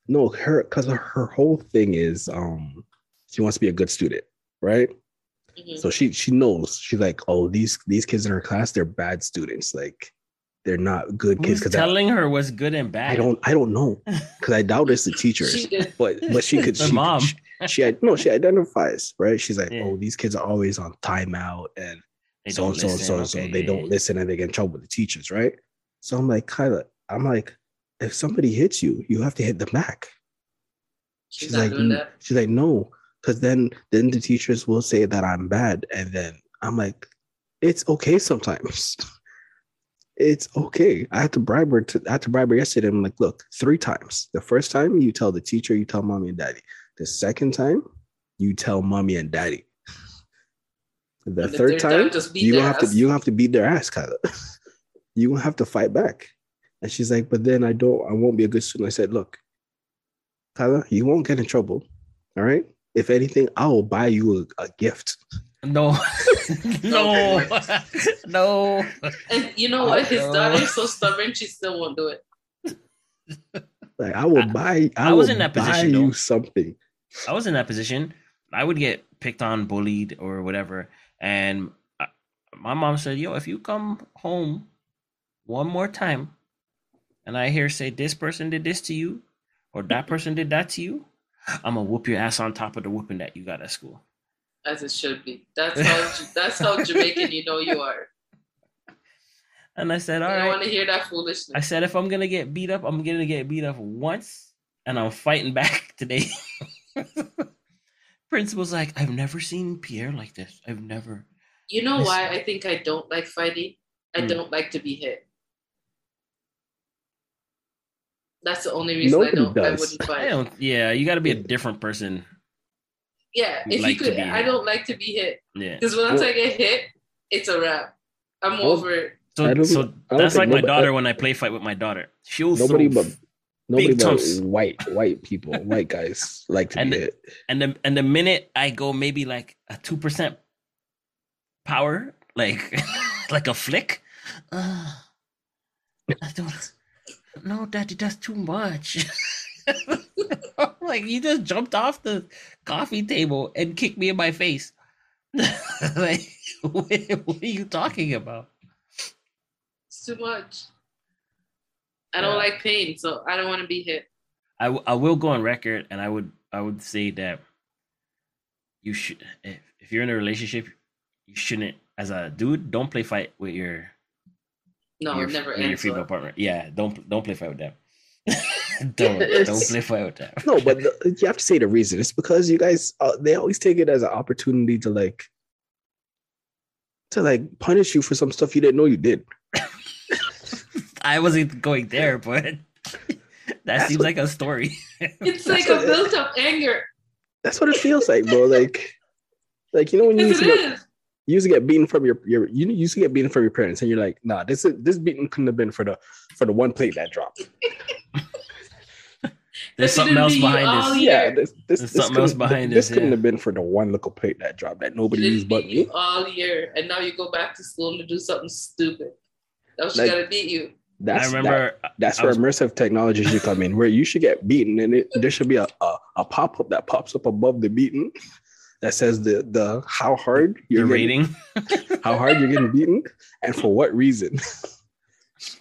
S2: No, her because her whole thing is um she wants to be a good student, right?
S3: Mhm.
S2: So she she knows she's like, oh, these these kids in her class, they're bad students. Like they're not good
S1: Who's
S2: kids because I,
S1: telling her what's good and bad?
S2: I don't I don't know because I doubt it's the teachers.
S3: She did.
S2: but but she could
S1: Her
S2: she,
S1: mom.
S2: she she no she identifies right. She's like,
S1: Yeah.
S2: oh, these kids are always on timeout and
S1: They
S2: so
S1: don't
S2: so
S1: listen.
S2: so
S1: Okay,
S2: so
S1: yeah,
S2: they don't
S1: yeah.
S2: listen and they get in trouble with the teachers, right? So I'm like, Kyla, I'm like, if somebody hits you, you have to hit them back.
S3: She's,
S2: She's
S3: not
S2: like,
S3: doing
S2: "Mm."
S3: that.
S2: she's like, no, because then then the teachers will say that I'm bad, and then I'm like, it's okay sometimes. it's okay. I had to bribe her. To, I had to bribe her yesterday. I'm like, look, three times. The first time you tell the teacher, you tell mommy and daddy. The second time, you tell mommy and daddy. The,
S3: And
S2: third, time,
S3: just beat
S2: you
S3: their
S2: don't have to
S3: ass.
S2: you don't have to beat their ass, Kyla. you don't have to fight back. And she's like, but then I don't I won't be a good student. I said, look, Kyla, you won't get in trouble. All right. If anything, I will buy you a, a gift.
S1: No, no, no.
S3: And you know what? His
S1: Uh-oh.
S3: daughter is so stubborn, she still won't do it.
S2: Like I will
S1: I-
S2: buy I,
S1: I was
S2: will
S1: in that
S2: buy
S1: position,
S2: you
S1: though.
S2: something.
S1: I was in that position. I would get picked on, bullied, or whatever. And I, my mom said, "Yo, if you come home one more time, and I hear say this person did this to you, or that person did that to you, I'm gonna whoop your ass on top of the whooping that you got at school."
S3: As it should be. That's how that's how Jamaican you know you are.
S1: And I said, "All
S3: I don't want
S1: right."
S3: to hear that
S1: I
S3: foolishness.
S1: said, "If I'm gonna get beat up, I'm gonna get beat up once, and I'm fighting back today." Principal's like, "I've never seen Pierre like this. I've never."
S3: You know
S1: Listen.
S3: why I think I don't like fighting? I
S1: Hmm.
S3: don't like to be hit. That's the only reason
S2: Nobody
S3: I don't I
S2: does.
S3: wouldn't fight.
S1: I don't. Yeah, you got to be a different person.
S3: Yeah,
S1: You
S3: if
S1: like to
S3: you could
S1: be
S3: I
S1: hit.
S3: don't like to be hit.
S1: Yeah.
S3: Because once
S2: Well-
S3: I get hit, it's a wrap. I'm
S2: Well,
S3: over it.
S2: I
S1: So,
S2: don't-
S1: so
S2: don't
S1: that's
S2: think
S1: like my
S2: nobody-
S1: daughter when I play fight with my daughter. She'll
S2: Nobody
S1: throw,
S2: but nobody
S1: big
S2: but
S1: tumps.
S2: white white people, white guys like to
S1: And
S2: be
S1: the-
S2: hit.
S1: and the and the minute I go maybe like a two percent power, like like a flick. Uh, I don't. No, daddy, that's too much. like you just jumped off the coffee table and kicked me in my face. like, what, what are you talking about?
S3: It's too much. I don't
S1: Yeah.
S3: like pain, so I don't want to be hit.
S1: I, w- I will go on record and I would I would say that you should if, if you're in a relationship you shouldn't as a dude don't play fight with your
S3: No,
S1: your,
S3: never
S1: with your
S3: answer.
S1: female partner yeah don't don't play fight with them don't don't
S3: Yes.
S1: play fight with them
S2: No, but the, you have to say the reason. It's because you guys uh, they always take it as an opportunity to like to like punish you for some stuff you didn't know you did.
S1: I wasn't going there but that seems
S2: what-
S1: like a story
S3: It's
S2: That's
S3: like a
S2: what it-
S3: built up anger.
S2: That's what it feels like, bro. Like like you know when you
S3: Yes,
S2: used
S3: it
S2: to get,
S3: is.
S2: you used to get beaten from your, your you used to get beaten from your parents and you're like, nah, this is, this beating couldn't have been for the for the one plate that dropped.
S1: there's
S3: If it
S1: something
S3: didn't
S1: else
S3: be oh, you,
S1: behind
S3: I'll
S1: this
S3: eat
S2: Yeah,
S3: Here.
S2: this this,
S1: There's
S2: this
S1: something else
S2: couldn't-
S1: behind
S2: this.
S1: this,
S2: couldn't
S1: yeah.
S2: have been for the one little plate that dropped that nobody
S3: Didn't
S2: used but
S3: beat you
S2: me.
S3: all year, and now you go back to school to do something stupid. That she
S2: Like-
S3: gotta beat you.
S1: I
S2: That's that-
S1: remember
S2: That's
S1: I
S2: where
S1: was-
S2: immersive technology should come in, where you should get beaten, and it, there should be a, a, a pop up that pops up above the beaten that says the the how hard
S1: the
S2: you're getting,
S1: rating
S2: how hard you're getting beaten, and for what reason.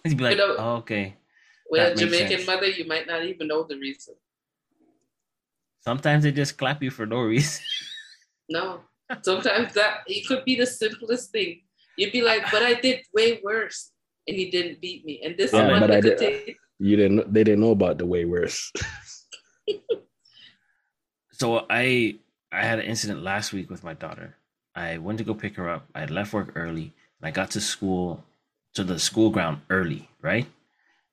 S1: you'd be like
S3: know-
S1: oh, okay
S3: With
S1: That
S3: a
S1: makes
S3: Jamaican
S1: sense.
S3: mother, you might not even know the reason.
S1: sometimes they just clap you for no reason
S3: No. Sometimes that it could be the simplest thing. You'd be like, but I did way worse. And he didn't beat me. And this
S1: Yeah,
S3: one
S2: but I did-
S3: little
S2: uh,
S3: thing-
S2: You didn't. They didn't know about the way worse.
S1: so i i had an incident last week with my daughter i went to go pick her up i had left work early and i got to school to the school ground early right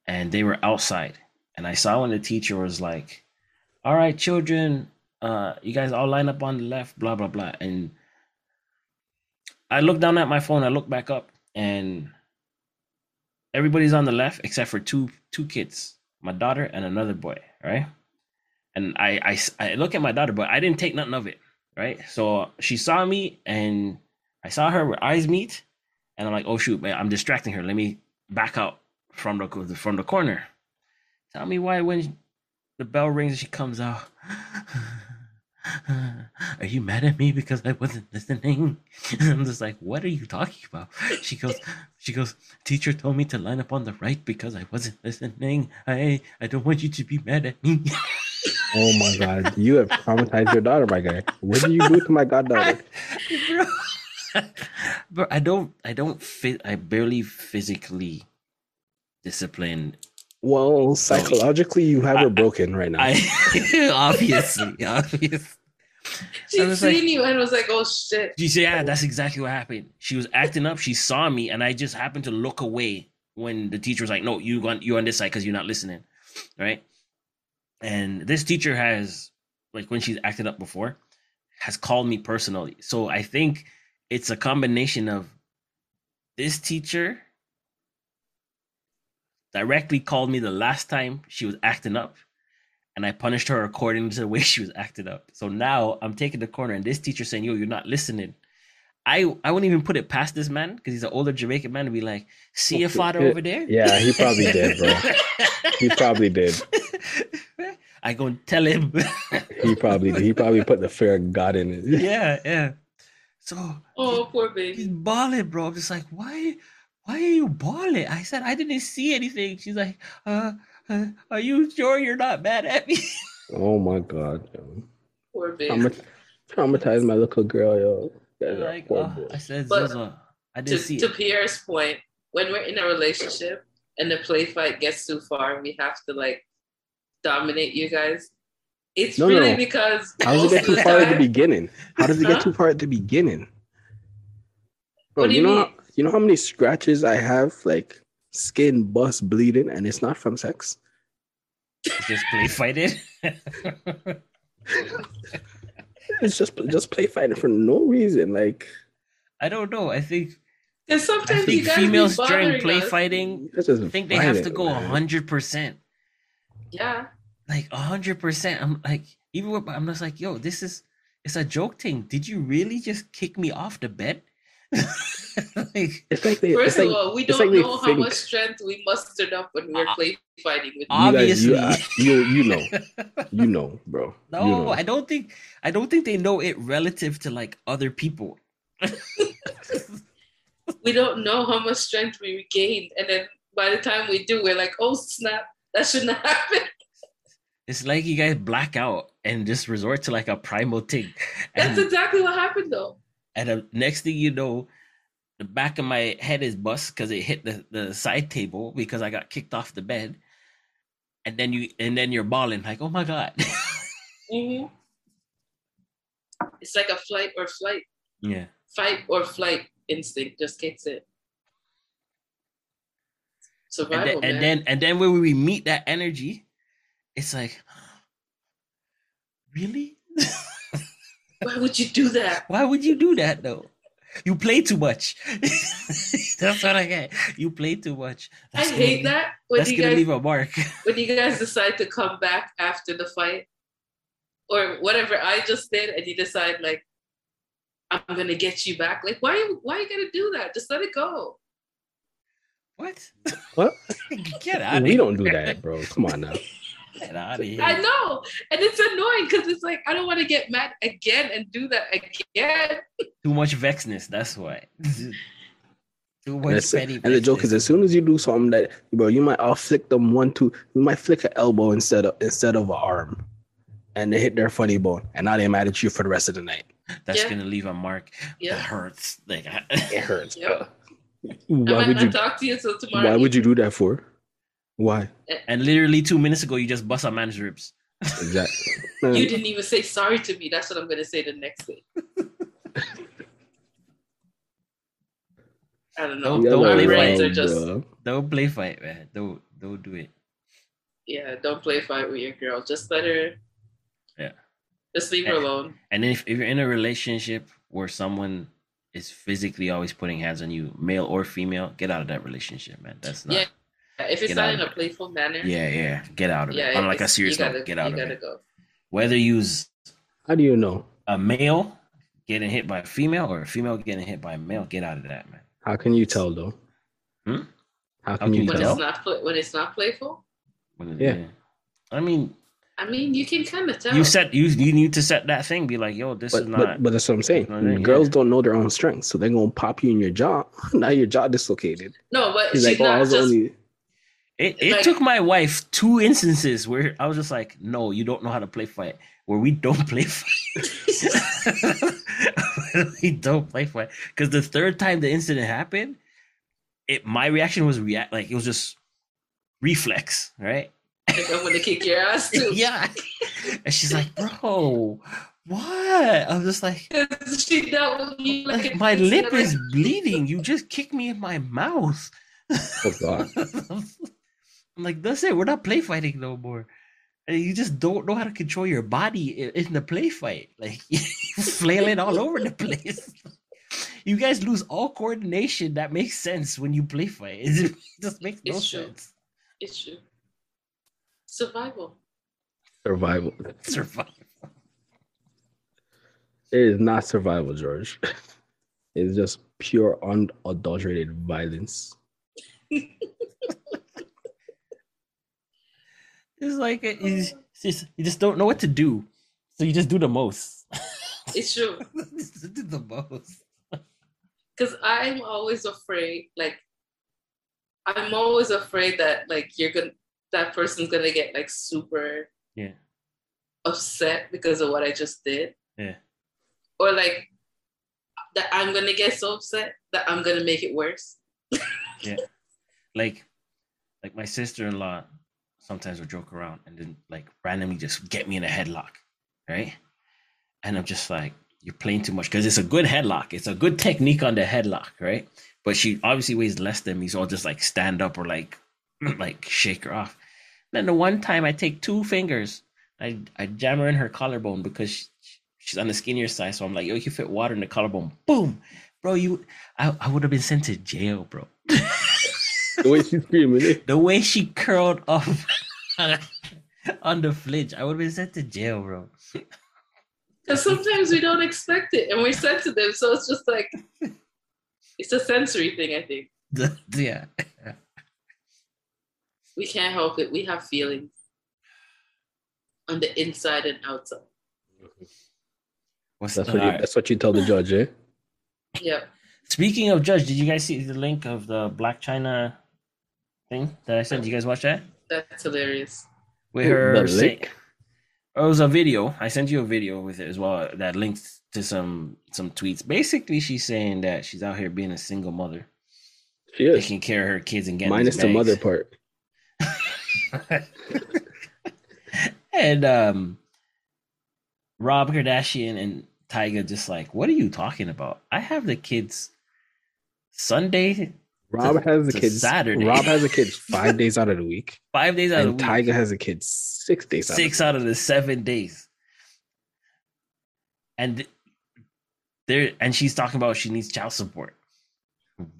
S1: and they were outside and i saw when the teacher was like all right children uh you guys all line up on the left blah blah blah and i looked down at my phone i looked back up and everybody's on the left except for two two kids my daughter and another boy right and I, I s- I look at my daughter, but I didn't take nothing of it, right? So she saw me, and I saw her with eyes meet, and I'm like, oh shoot, man, I'm distracting her. Let me back out from the co- from the corner. Tell me why when the bell rings and she comes out. Are you mad at me because I wasn't listening? I'm just like, what are you talking about? She goes, she goes, teacher told me to line up on the right because I wasn't listening. I I don't want you to be mad at me.
S2: Oh my god, you have traumatized your daughter, my guy. What do you do to my goddaughter?
S1: bro. Bro, I don't I don't fit I barely physically discipline.
S2: Well, psychologically, you have her broken right now.
S1: I obviously, obviously. I
S3: She's
S1: was like-
S3: seen you and was like, oh shit.
S1: She said, Yeah, that's exactly what happened. She was acting up, she saw me, and I just happened to look away when the teacher was like, No, you on you on this side because you're not listening. Right. And this teacher has like when she's acted up before, has called me personally. So I think it's a combination of this teacher directly called me the last time she was acting up and I punished her according to the way she was acting up. So now I'm taking the corner, and this teacher saying, "Yo, you're not listening." I I wouldn't even put it past this man because he's an older Jamaican man to be like, "See your father over there."
S2: yeah, he probably did, bro. He probably did.
S1: I go and tell him.
S2: He probably did. He probably put the fear of God in it.
S1: yeah, yeah. So
S3: Oh, poor baby.
S1: She's balling, bro. I'm just like, why, why are you balling? I said I didn't see anything. She's like, uh, uh are you sure you're not mad at me?
S2: Oh my god, yo.
S3: Poor baby.
S2: Trauma- traumatized my little girl, yo. Guys are
S1: like,
S2: horrible.
S1: oh, I said,
S3: But-
S1: Zozo, I
S3: to,
S1: didn't see
S3: to
S1: it.
S3: Pierre's point, when we're in a relationship and the play fight gets too far, we have to like dominate you guys. It's
S2: No, no,
S3: really
S2: no.
S3: because
S2: How does it
S3: most
S2: get
S3: of
S2: too
S3: the
S2: far at the
S3: time,
S2: beginning? How does it get
S3: Huh?
S2: too far at the beginning? Bro,
S3: What do
S2: you
S3: you
S2: know,
S3: mean?
S2: how, you know how many scratches I have, like skin bust bleeding, and it's not from sex.
S1: just play fighted.
S2: It's just just play fighting for no reason. Like
S1: I don't know. I think
S3: because
S1: I
S3: sometimes you
S1: think
S3: guys be
S1: females during
S3: bothering
S1: play
S3: us.
S1: fighting
S2: that's just
S1: I think they have to
S2: violent,
S1: go
S2: man.
S1: hundred percent.
S3: Yeah,
S1: Like hundred percent. I'm like even with my- I'm just like, yo, this is it's a joke thing. Did you really just kick me off the bed? like
S2: It's like they. it's
S3: first
S2: like,
S3: of all, we
S2: it's
S3: don't
S2: like they
S3: know how
S2: think-
S3: much strength we mustered up when we're
S1: Uh,
S3: play fighting with.
S1: uh,
S2: you guys, you,
S1: obviously.
S2: you you know you know, bro.
S1: no,
S2: you know.
S1: I don't think I don't think they know it relative to like other people.
S3: we don't know how much strength we regained, and then by the time we do, we're like, oh snap, that shouldn't happen.
S1: It's like you guys black out and just resort to like a primal thing.
S3: That's
S1: And-
S3: exactly what happened though.
S1: And the next thing you know, the back of my head is bust because it hit the, the side table because I got kicked off the bed. And then you and then you're bawling like, oh my god.
S3: Mhm. It's like a flight or flight.
S1: Yeah.
S3: fight or flight instinct just kicks in.
S1: And
S3: Survival,
S1: then, and
S3: man.
S1: then and then when we meet that energy, it's like, really?
S3: Why would you do that?
S1: Why would you do that though? You play too much. That's what I get. You play too much. That's
S3: I
S1: gonna
S3: hate
S1: leave-
S3: that when
S1: That's
S3: you
S1: gonna
S3: guys
S1: leave a mark.
S3: when you guys decide to come back after the fight or whatever I just did, and you decide like I'm gonna get you back. Like why you why you gonna do that? Just let it go.
S1: What?
S2: What?
S1: Get out of
S2: we
S1: here.
S2: don't do that, bro. Come on now.
S1: Get out of here.
S3: I know, and it's annoying because it's like I don't want to get mad again and do that again.
S1: Too much vexness. That's why. Too much
S2: And, it's-
S1: petty.
S2: and the joke is,
S1: vexness.
S2: as soon as you do something that, bro, you might I'll flick them one two. You might flick an elbow instead of instead of an arm, and they hit their funny bone, and now they mad at you for the rest of the night.
S1: that's
S3: Yeah.
S1: gonna leave a mark.
S3: Yeah.
S1: That hurts. Like I-
S2: It hurts.
S3: Yeah. I
S2: Why
S3: might
S2: would
S3: not
S2: you?
S3: talk to you until tomorrow.
S2: Why would you do that for? Why?
S1: and literally two minutes ago, you just bust a man's ribs.
S2: Exactly.
S3: You didn't even say sorry to me. That's what I'm gonna say the next day. I don't know.
S1: Don't- don't
S3: Our
S1: play
S3: brains
S1: fight.
S3: are just
S1: Don't play fight, man. Don't don't do it.
S3: yeah. Don't play fight with your girl. Just let her.
S1: Yeah.
S3: Just leave her
S1: Yeah.
S3: alone.
S1: And if, if you're in a relationship where someone is physically always putting hands on you, male or female, get out of that relationship, man. That's not.
S3: Yeah. If it's
S1: Get
S3: not
S1: out
S3: in
S1: of
S3: a
S1: it.
S3: playful manner.
S1: yeah, yeah. Get out of it. On like a
S3: it's-
S1: serious
S3: you gotta,
S1: note, get out
S3: you
S1: of
S3: gotta
S1: it.
S3: go.
S1: Whether you's
S2: How do you know?
S1: a male getting hit by a female or a female getting hit by a male, get out of that, man.
S2: How can you tell though?
S1: Hmm?
S2: How
S1: How
S2: can you
S1: can
S3: when
S1: you
S2: tell?
S3: it's not pla- when it's not playful.
S1: When it-
S2: Yeah.
S1: I mean,
S3: I mean, you can kind of tell.
S1: you set you you need to set that thing. Be like, yo, this is
S2: But,
S1: not.
S2: but but that's what I'm saying.
S1: not it,
S2: Girls
S1: yeah.
S2: don't know their own strengths, so they're gonna pop you in your jaw. now your jaw dislocated.
S3: no, but
S2: He's
S3: she's
S2: like, oh, I
S3: not
S2: was
S3: just.
S2: only.
S1: It, it
S3: Like-
S1: took my wife two instances where I was just like, no, you don't know how to play fight. Where we don't play fight. we don't play fight. Because the third time the incident happened, it my reaction was react like it was just reflex, right?
S3: like, I'm gonna kick your ass too.
S1: yeah. And she's like, bro, what? I was just like,
S3: she dealt with me like
S1: like
S3: a
S1: my
S3: piece of
S1: lip
S3: shit.
S1: is bleeding. You just kicked me in my mouth.
S2: Oh God.
S1: I'm like, that's it. We're not play fighting no more. And you just don't know how to control your body i- in the play fight. Like, you flailing all over the place. You guys lose all coordination that makes sense when you play fight. It just makes no
S3: It's true.
S1: sense.
S3: It's true. Survival.
S2: Survival.
S1: Survive.
S2: It is not survival, George. It's just pure unadulterated violence.
S1: It's like, it- it's just, you just don't know what to do. So you just do the most.
S3: It's true.
S1: Just do the most.
S3: Because I'm always afraid, like, I'm always afraid that, like, you're gonna, that person's gonna get, like, super
S1: Yeah.
S3: upset because of what I just did.
S1: Yeah.
S3: Or, like, that I'm gonna get so upset that I'm gonna make it worse.
S1: like like my sister-in-law sometimes will joke around and then like randomly just get me in a headlock right and i'm just like you're playing too much because it's a good headlock it's a good technique on the headlock right but she obviously weighs less than me so i'll just like stand up or like like shake her off then the one time i take two fingers i i jam her in her collarbone because she, she's on the skinnier side so i'm like yo you fit water in the collarbone boom bro you i, I would have been sent to jail bro
S2: The way she's screaming.
S1: the way she curled up on the flinch, I would have been sent to jail, bro.
S3: Because sometimes we don't expect it and we're sensitive. So it's just like, it's a sensory thing, I think.
S1: yeah.
S3: We can't help it. We have feelings on the inside and outside.
S1: What's
S2: That's
S1: that?
S2: what you, that's what you tell the judge, eh?
S3: Yep.
S1: Speaking of Judge, did you guys see the link of the Black China thing that I sent? Did you guys watch that?
S3: That's hilarious.
S1: With her
S2: The
S1: saying,
S2: lick?
S1: Oh, it was a video. I sent you a video with it as well that links to some some tweets. Basically, she's saying that she's out here being a single mother,
S2: She is.
S1: taking care of her kids and getting
S2: Minus
S1: these
S2: the
S1: bags.
S2: mother part.
S1: and um Rob Kardashian and Tyga just like, what are you talking about? I have the kids Sunday,
S2: Rob has the
S1: to
S2: kids.
S1: Saturday.
S2: Rob has the kids five days out of the week,
S1: five days out
S2: and
S1: of the week,
S2: Tiger has the kids six days out.
S1: six out of the seven days. And there and she's talking about she needs child support.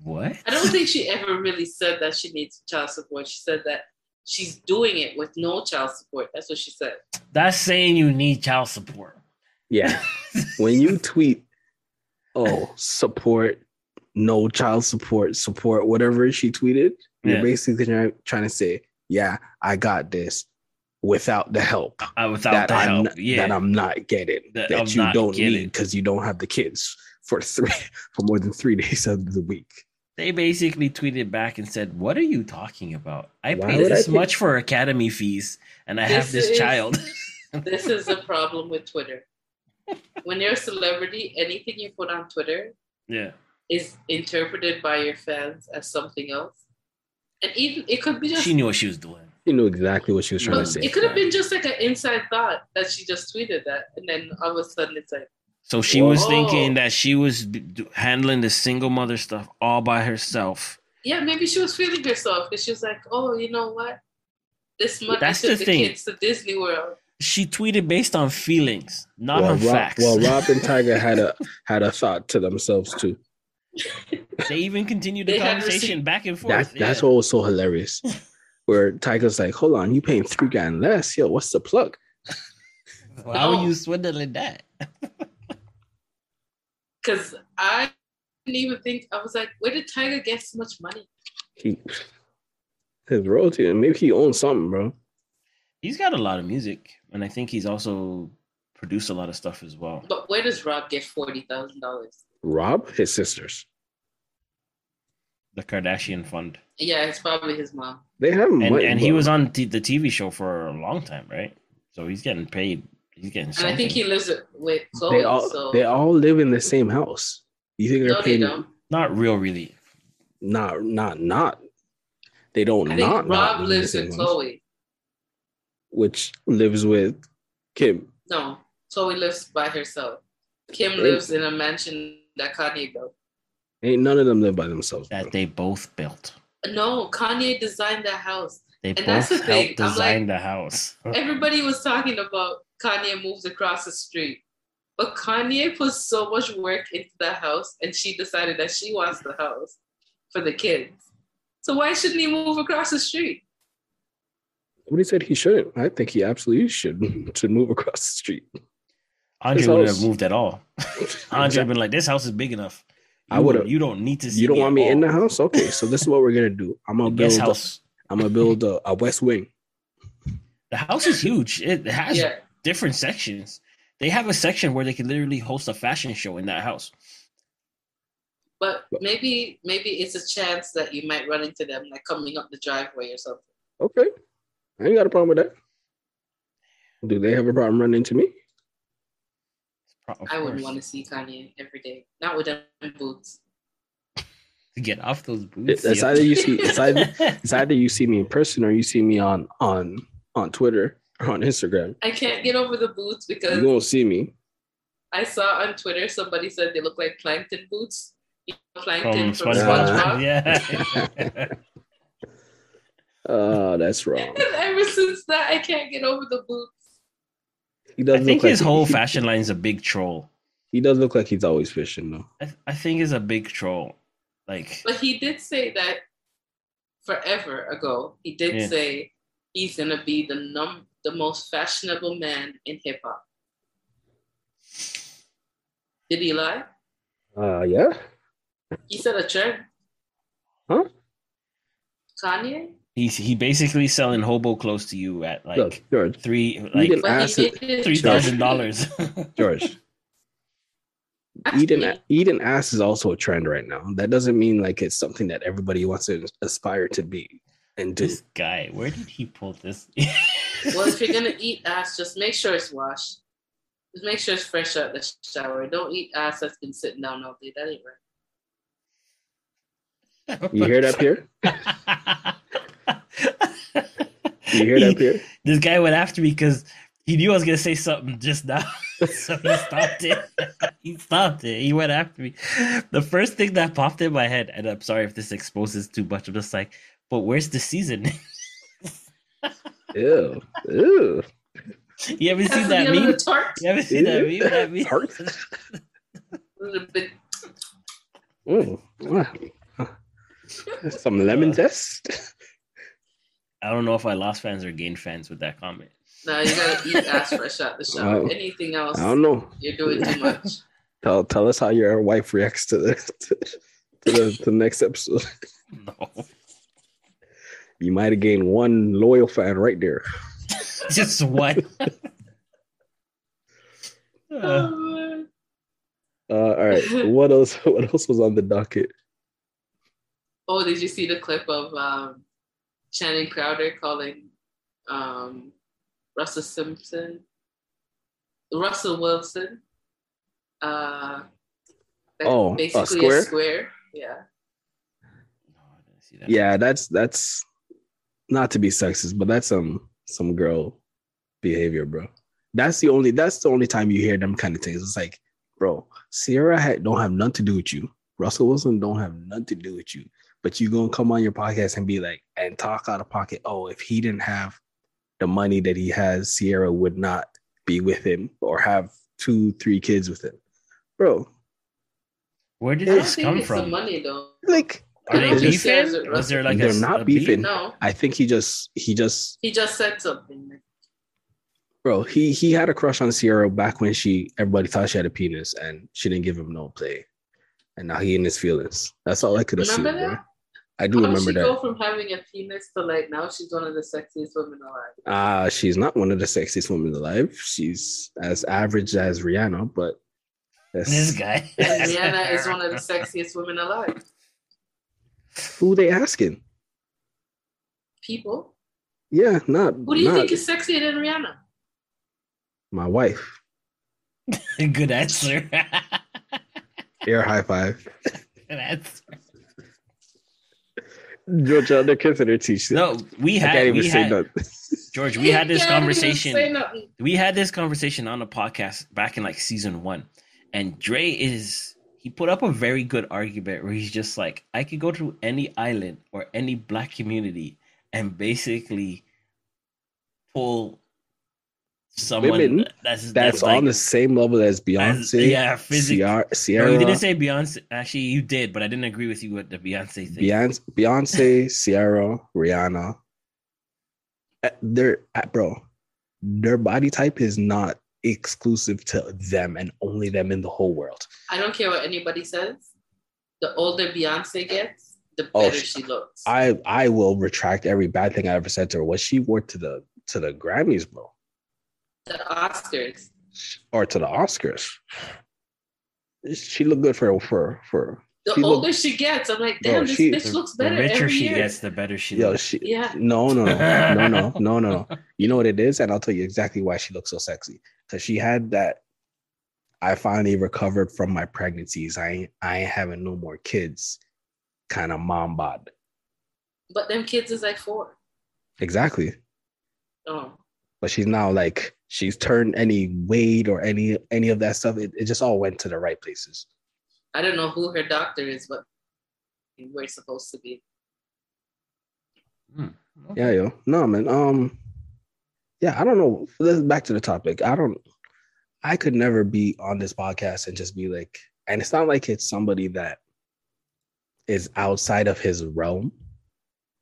S1: What?
S3: I don't think she ever really said that she needs child support. She said that she's doing it with no child support. That's what she said.
S1: That's saying you need child support.
S2: Yeah. when you tweet, oh, support, no child support, support, whatever she tweeted,
S1: Yeah.
S2: you're basically try- trying to say, yeah, I got this without the help
S1: Uh, without
S2: that,
S1: the
S2: I'm,
S1: help.
S2: not,
S1: yeah.
S2: that I'm not getting,
S1: That
S2: that,
S1: I'm
S2: you
S1: not
S2: don't
S1: getting.
S2: need because you don't have the kids for three for more than three days of the week.
S1: they basically tweeted back and said, "What are you talking about? I
S2: Why
S1: paid
S2: would I
S1: this
S2: pay-
S1: much for academy fees, and I have
S3: This
S1: this
S3: is-
S1: child."
S3: This is the problem with Twitter. When you're a celebrity, anything you put on Twitter
S1: yeah,
S3: is interpreted by your fans as something else. And even it could be just
S1: she knew what she was doing.
S2: You knew exactly what she was trying
S1: Well,
S2: to
S3: But
S2: say.
S3: it could have been just like an inside thought that she just tweeted that, and then all of a sudden it's like,
S1: So she was
S3: Whoa.
S1: thinking that she was d- d- handling the single mother stuff all by herself.
S3: yeah, maybe she was feeling herself because she was like, oh, you know what, this month
S1: That's
S3: I
S1: the
S3: took the,
S1: thing.
S3: kids to Disney World.
S1: She tweeted based on feelings, not
S2: well,
S1: on
S2: Rob,
S1: facts.
S2: well, Rob and Tiger had a had a thought to themselves too.
S1: they even continued the
S3: They had
S1: conversation
S3: received-
S1: back and forth.
S2: That, That's
S1: yeah.
S2: what was so hilarious. Where Tiger's like, hold on, you paying three grand less. Yo, what's the plug?
S6: Why were you swindling that?
S3: Because I didn't even think, I was like, where did Tiger get so much money?
S2: He, his royalty, and maybe he owns something, bro.
S1: He's got a lot of music, and I think he's also produced a lot of stuff as well.
S3: But where does Rob get $40,000?
S2: Rob, his sisters.
S1: The Kardashian Fund,
S3: Yeah, it's probably his mom.
S2: They have
S1: and
S2: money,
S1: and he
S2: bro.
S1: was on t- the TV show for a long time, right? So he's getting paid. He's getting.
S3: And I think he
S1: something.
S3: lives with Chloe.
S2: They all
S3: so
S2: they all live in the same house. You think they're
S3: no, they
S2: paying?
S3: don't.
S1: not real, really.
S2: Not not not. They don't
S3: I think
S2: not. not
S3: Rob
S2: live in the
S3: lives
S2: same
S3: with
S2: house,
S3: Chloe.
S2: which lives with Kim.
S3: No, Chloe lives by herself. Kim
S2: Hey.
S3: lives in a mansion that Kanye built.
S2: Ain't none of them live by themselves.
S1: That
S2: bro.
S1: they both built.
S3: No, Kanye designed that house.
S1: They
S3: And
S1: both
S3: that's the
S1: helped
S3: thing, I'm
S1: design the house.
S3: Everybody was talking about Kanye moves across the street. But Kanye put so much work into that house and she decided that she wants the house for the kids. So why shouldn't he move across the street?
S2: But he said he shouldn't. I think he absolutely should should move across the street.
S1: Andre
S2: His
S1: wouldn't
S2: house-
S1: have moved at all. Andre would been like, "This house is big enough.
S2: I
S1: You
S2: would've-
S1: don't- You don't need to. See
S2: You don't
S1: me
S2: want
S1: at
S2: me in
S1: all.
S2: the house? Okay, so this is what we're gonna do. I'm gonna
S1: The guest
S2: build. i
S1: house.
S2: I'm gonna build a, a West Wing.
S1: The house is huge. It has
S3: Yeah.
S1: different sections. They have a section where they can literally host a fashion show in that house.
S3: But maybe maybe it's a chance that you might run into them like coming up the driveway or something.
S2: Okay, I ain't got a problem with that. Do they have a problem running into me?
S1: Pro- of
S3: I wouldn't
S1: course.
S3: want to see Kanye every day. Not with them boots.
S1: to get off those boots.
S2: It's
S1: yeah.
S2: either you see it's either it's either you see me in person or you see me on on on Twitter or on Instagram.
S3: I can't get over the boots because
S2: You won't see me.
S3: I saw on Twitter somebody said they look like plankton boots. You know, plankton
S1: From
S3: from
S1: SpongeBob.
S3: SpongeBob.
S1: Yeah.
S2: Oh, that's wrong.
S3: And ever since that, I can't get over the boots.
S2: He
S1: I
S2: does
S1: think
S2: look like
S1: his whole
S2: he,
S1: fashion line is a big troll.
S2: he does look like he's always fishing though.
S1: I, th- I think it's a big troll. Like
S3: But he did say that forever ago. He did
S1: Yeah.
S3: say he's gonna be the num the most fashionable man in hip hop. Did he lie?
S2: Uh yeah.
S3: He said a trend.
S2: Huh?
S3: Kanye?
S1: he's he basically selling hobo clothes to you at like
S2: Look, George.
S1: three like
S2: can-
S3: But
S2: Acid-
S3: he did
S1: three thousand dollars.
S2: George. Eating eating ass is also a trend right now. That doesn't mean like it's something that everybody wants to aspire to be and do.
S1: this guy, where did he pull this?
S3: Well, if you're gonna eat ass, just make sure it's washed. Just make sure it's fresh out the shower. Don't eat ass that's been sitting down all day. That ain't right.
S2: You hear that here? You hear that here?
S1: This guy went after me because he knew I was gonna say something just now, so he stopped it. he stopped it. He went after me. The first thing that popped in my head, and I'm sorry if this exposes too much. I'm just like, but where's the season?
S2: Ew. Ew.
S1: you haven't seen that
S3: That's the end
S1: meme?
S3: of the tart.
S1: You haven't seen that
S2: Ew.
S1: meme? That meme?
S2: Tart?
S3: A little bit.
S2: Mm. Ah. Some lemon zest.
S1: I don't know if I lost fans or gained fans with that comment.
S3: No, you gotta eat ass fresh out the shower.
S2: Wow.
S3: Anything else,
S2: I don't know.
S3: you're doing too much.
S2: Tell tell us how your wife reacts to the to, the, to the next episode.
S1: No,
S2: You might have gained one loyal fan right there.
S1: just one. Uh,
S3: Oh,
S2: Uh, all right. What else? What else was on the docket?
S3: oh, did you see the clip of um, Shannon Crowder calling um, Russell Simpson, Russell Wilson? Uh, like
S2: Oh, a
S3: basically
S2: square?
S3: a square. Yeah.
S1: no, I didn't see that.
S2: Yeah, that's that's not to be sexist, but that's some some girl behavior, bro. That's the only that's the only time you hear them kind of things. It's like, bro, Sierra had, don't have nothing to do with you. Russell Wilson don't have nothing to do with you. But you gonna come on your podcast and be like and talk out of pocket. Oh, if he didn't have the money that he has, Sierra would not be with him or have two, three kids with him. Bro,
S1: Where did
S3: I don't
S1: this
S3: think
S1: come
S3: it's the
S1: from?
S3: money though.
S2: like
S1: Are
S3: I
S1: they
S3: don't think
S1: beefing?
S3: there's a-
S1: Was there like a,
S2: They're not
S1: a beef?
S2: beefing.
S3: No,
S2: I think he just he just
S3: he just said something.
S2: Bro, he he had a crush on Sierra back when she everybody thought she had a penis and she didn't give him no play. And now he in his feelings. That's all I could assume.
S3: Remember
S2: Bro.
S3: that?
S2: I do
S3: How did
S2: remember
S3: she
S2: that.
S3: go from having a penis to like now she's one of the sexiest women alive?
S2: Uh, she's not one of the sexiest women alive. She's as average as Rihanna, but that's
S6: This guy.
S3: And Rihanna is one of the sexiest women alive.
S2: who they asking.
S3: People,
S2: Yeah, not,
S3: who do you
S2: not
S3: think is sexier than Rihanna?
S2: my wife.
S6: Good answer.
S2: Air high five.
S6: That's
S2: George, they're kissing her teeth.
S1: No, we
S2: I
S1: had
S2: can't even
S1: we
S2: say
S1: had,
S2: nothing.
S1: George, we had this
S3: Yeah, I didn't even say
S1: conversation.
S3: nothing.
S1: We had this conversation on the podcast back in like season one. And Dre is he put up a very good argument where he's just like, I could go to any island or any black community and basically pull someone
S2: Women?
S1: that's
S2: That's
S1: like-
S2: on the same level
S1: that's-
S2: as Beyonce.
S1: yeah, physically.
S2: Ciara,
S1: No,
S2: Sierra,
S1: you didn't say Beyonce. Actually, you did, but I didn't agree with you with the Beyonce thing.
S2: Beyonce, Beyonce, Sierra, Rihanna. Uh, Their uh, bro, their body type is not exclusive to them and only them in the whole world.
S3: I don't care what anybody says. The older Beyonce gets, the better
S2: Oh,
S3: she looks.
S2: I I will retract every bad thing I ever said to her. What she wore to the to the Grammys, bro,
S3: the Oscars.
S2: or to the Oscars. She looked good for for for.
S3: The
S2: She look-
S3: older she gets, I'm like,
S2: Bro,
S3: damn, this
S2: she-
S3: bitch
S1: The-
S3: looks
S1: the
S3: better
S1: richer
S3: every
S1: she
S3: year.
S1: gets, the better she
S2: Yo,
S1: looks.
S2: she
S3: Yeah.
S2: no no no no no no no. You know what it is, and I'll tell you exactly why she looks so sexy. Cause she had that. I finally recovered from my pregnancies. I ain't, I ain't having no more kids. Kind of mom bod.
S3: But them kids is like four.
S2: Exactly.
S3: Oh.
S2: But she's now like she's turned any weight or any any of that stuff. It, it just all went to the right places.
S3: I don't know who her doctor is, but we're supposed to be.
S1: Hmm. Okay.
S2: Yeah, yo. No, man. Um, yeah, I don't know. Let's back to the topic. I don't. I could never be on this podcast and just be like, and it's not like it's somebody that is outside of his realm,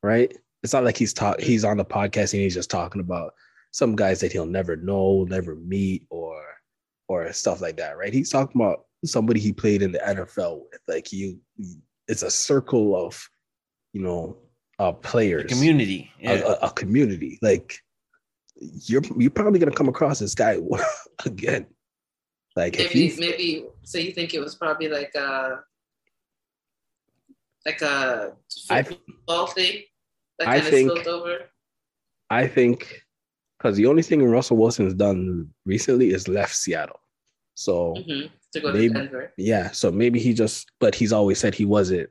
S2: right? It's not like he's talk. He's on the podcast and he's just talking about some guys that he'll never know, never meet, or or stuff like that, right? He's talking about somebody he played in the NFL with. Like you, it's a circle of, you know, uh,
S1: The
S2: players
S1: community. Yeah.
S2: a- a, a community. Like you're you're probably gonna come across this guy again. Like if
S3: Maybe,
S2: you
S3: maybe. So you think it was probably like a, like a
S2: I
S3: football thing that
S2: I
S3: kind of
S2: think-
S3: spilled over?
S2: I think because the only thing Russell Wilson's done recently is left Seattle. So
S3: hmm To go
S2: Maybe-
S3: to Denver.
S2: yeah, so maybe he just but he's always said he wasn't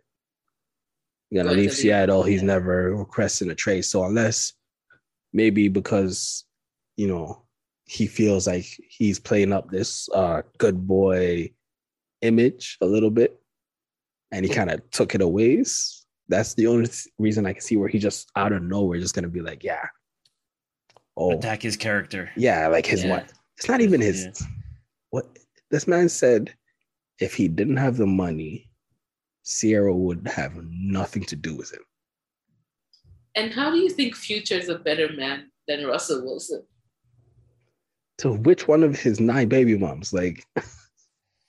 S2: gonna
S3: Going to
S2: leave
S3: leave.
S2: Seattle. He's never requesting a trade. So unless maybe because you know he feels like he's playing up this uh good boy image a little bit and he kind of took it away. That's the only th- reason I can see where he just out of nowhere just gonna be like, yeah. Oh
S1: Attack his character.
S2: yeah, like his
S1: Yeah.
S2: wife. It's not even his. What this man said, if he didn't have the money, Sierra would have nothing to do with him.
S3: And how do you think Future is a better man than Russell Wilson?
S2: To which one of his nine baby moms? Like,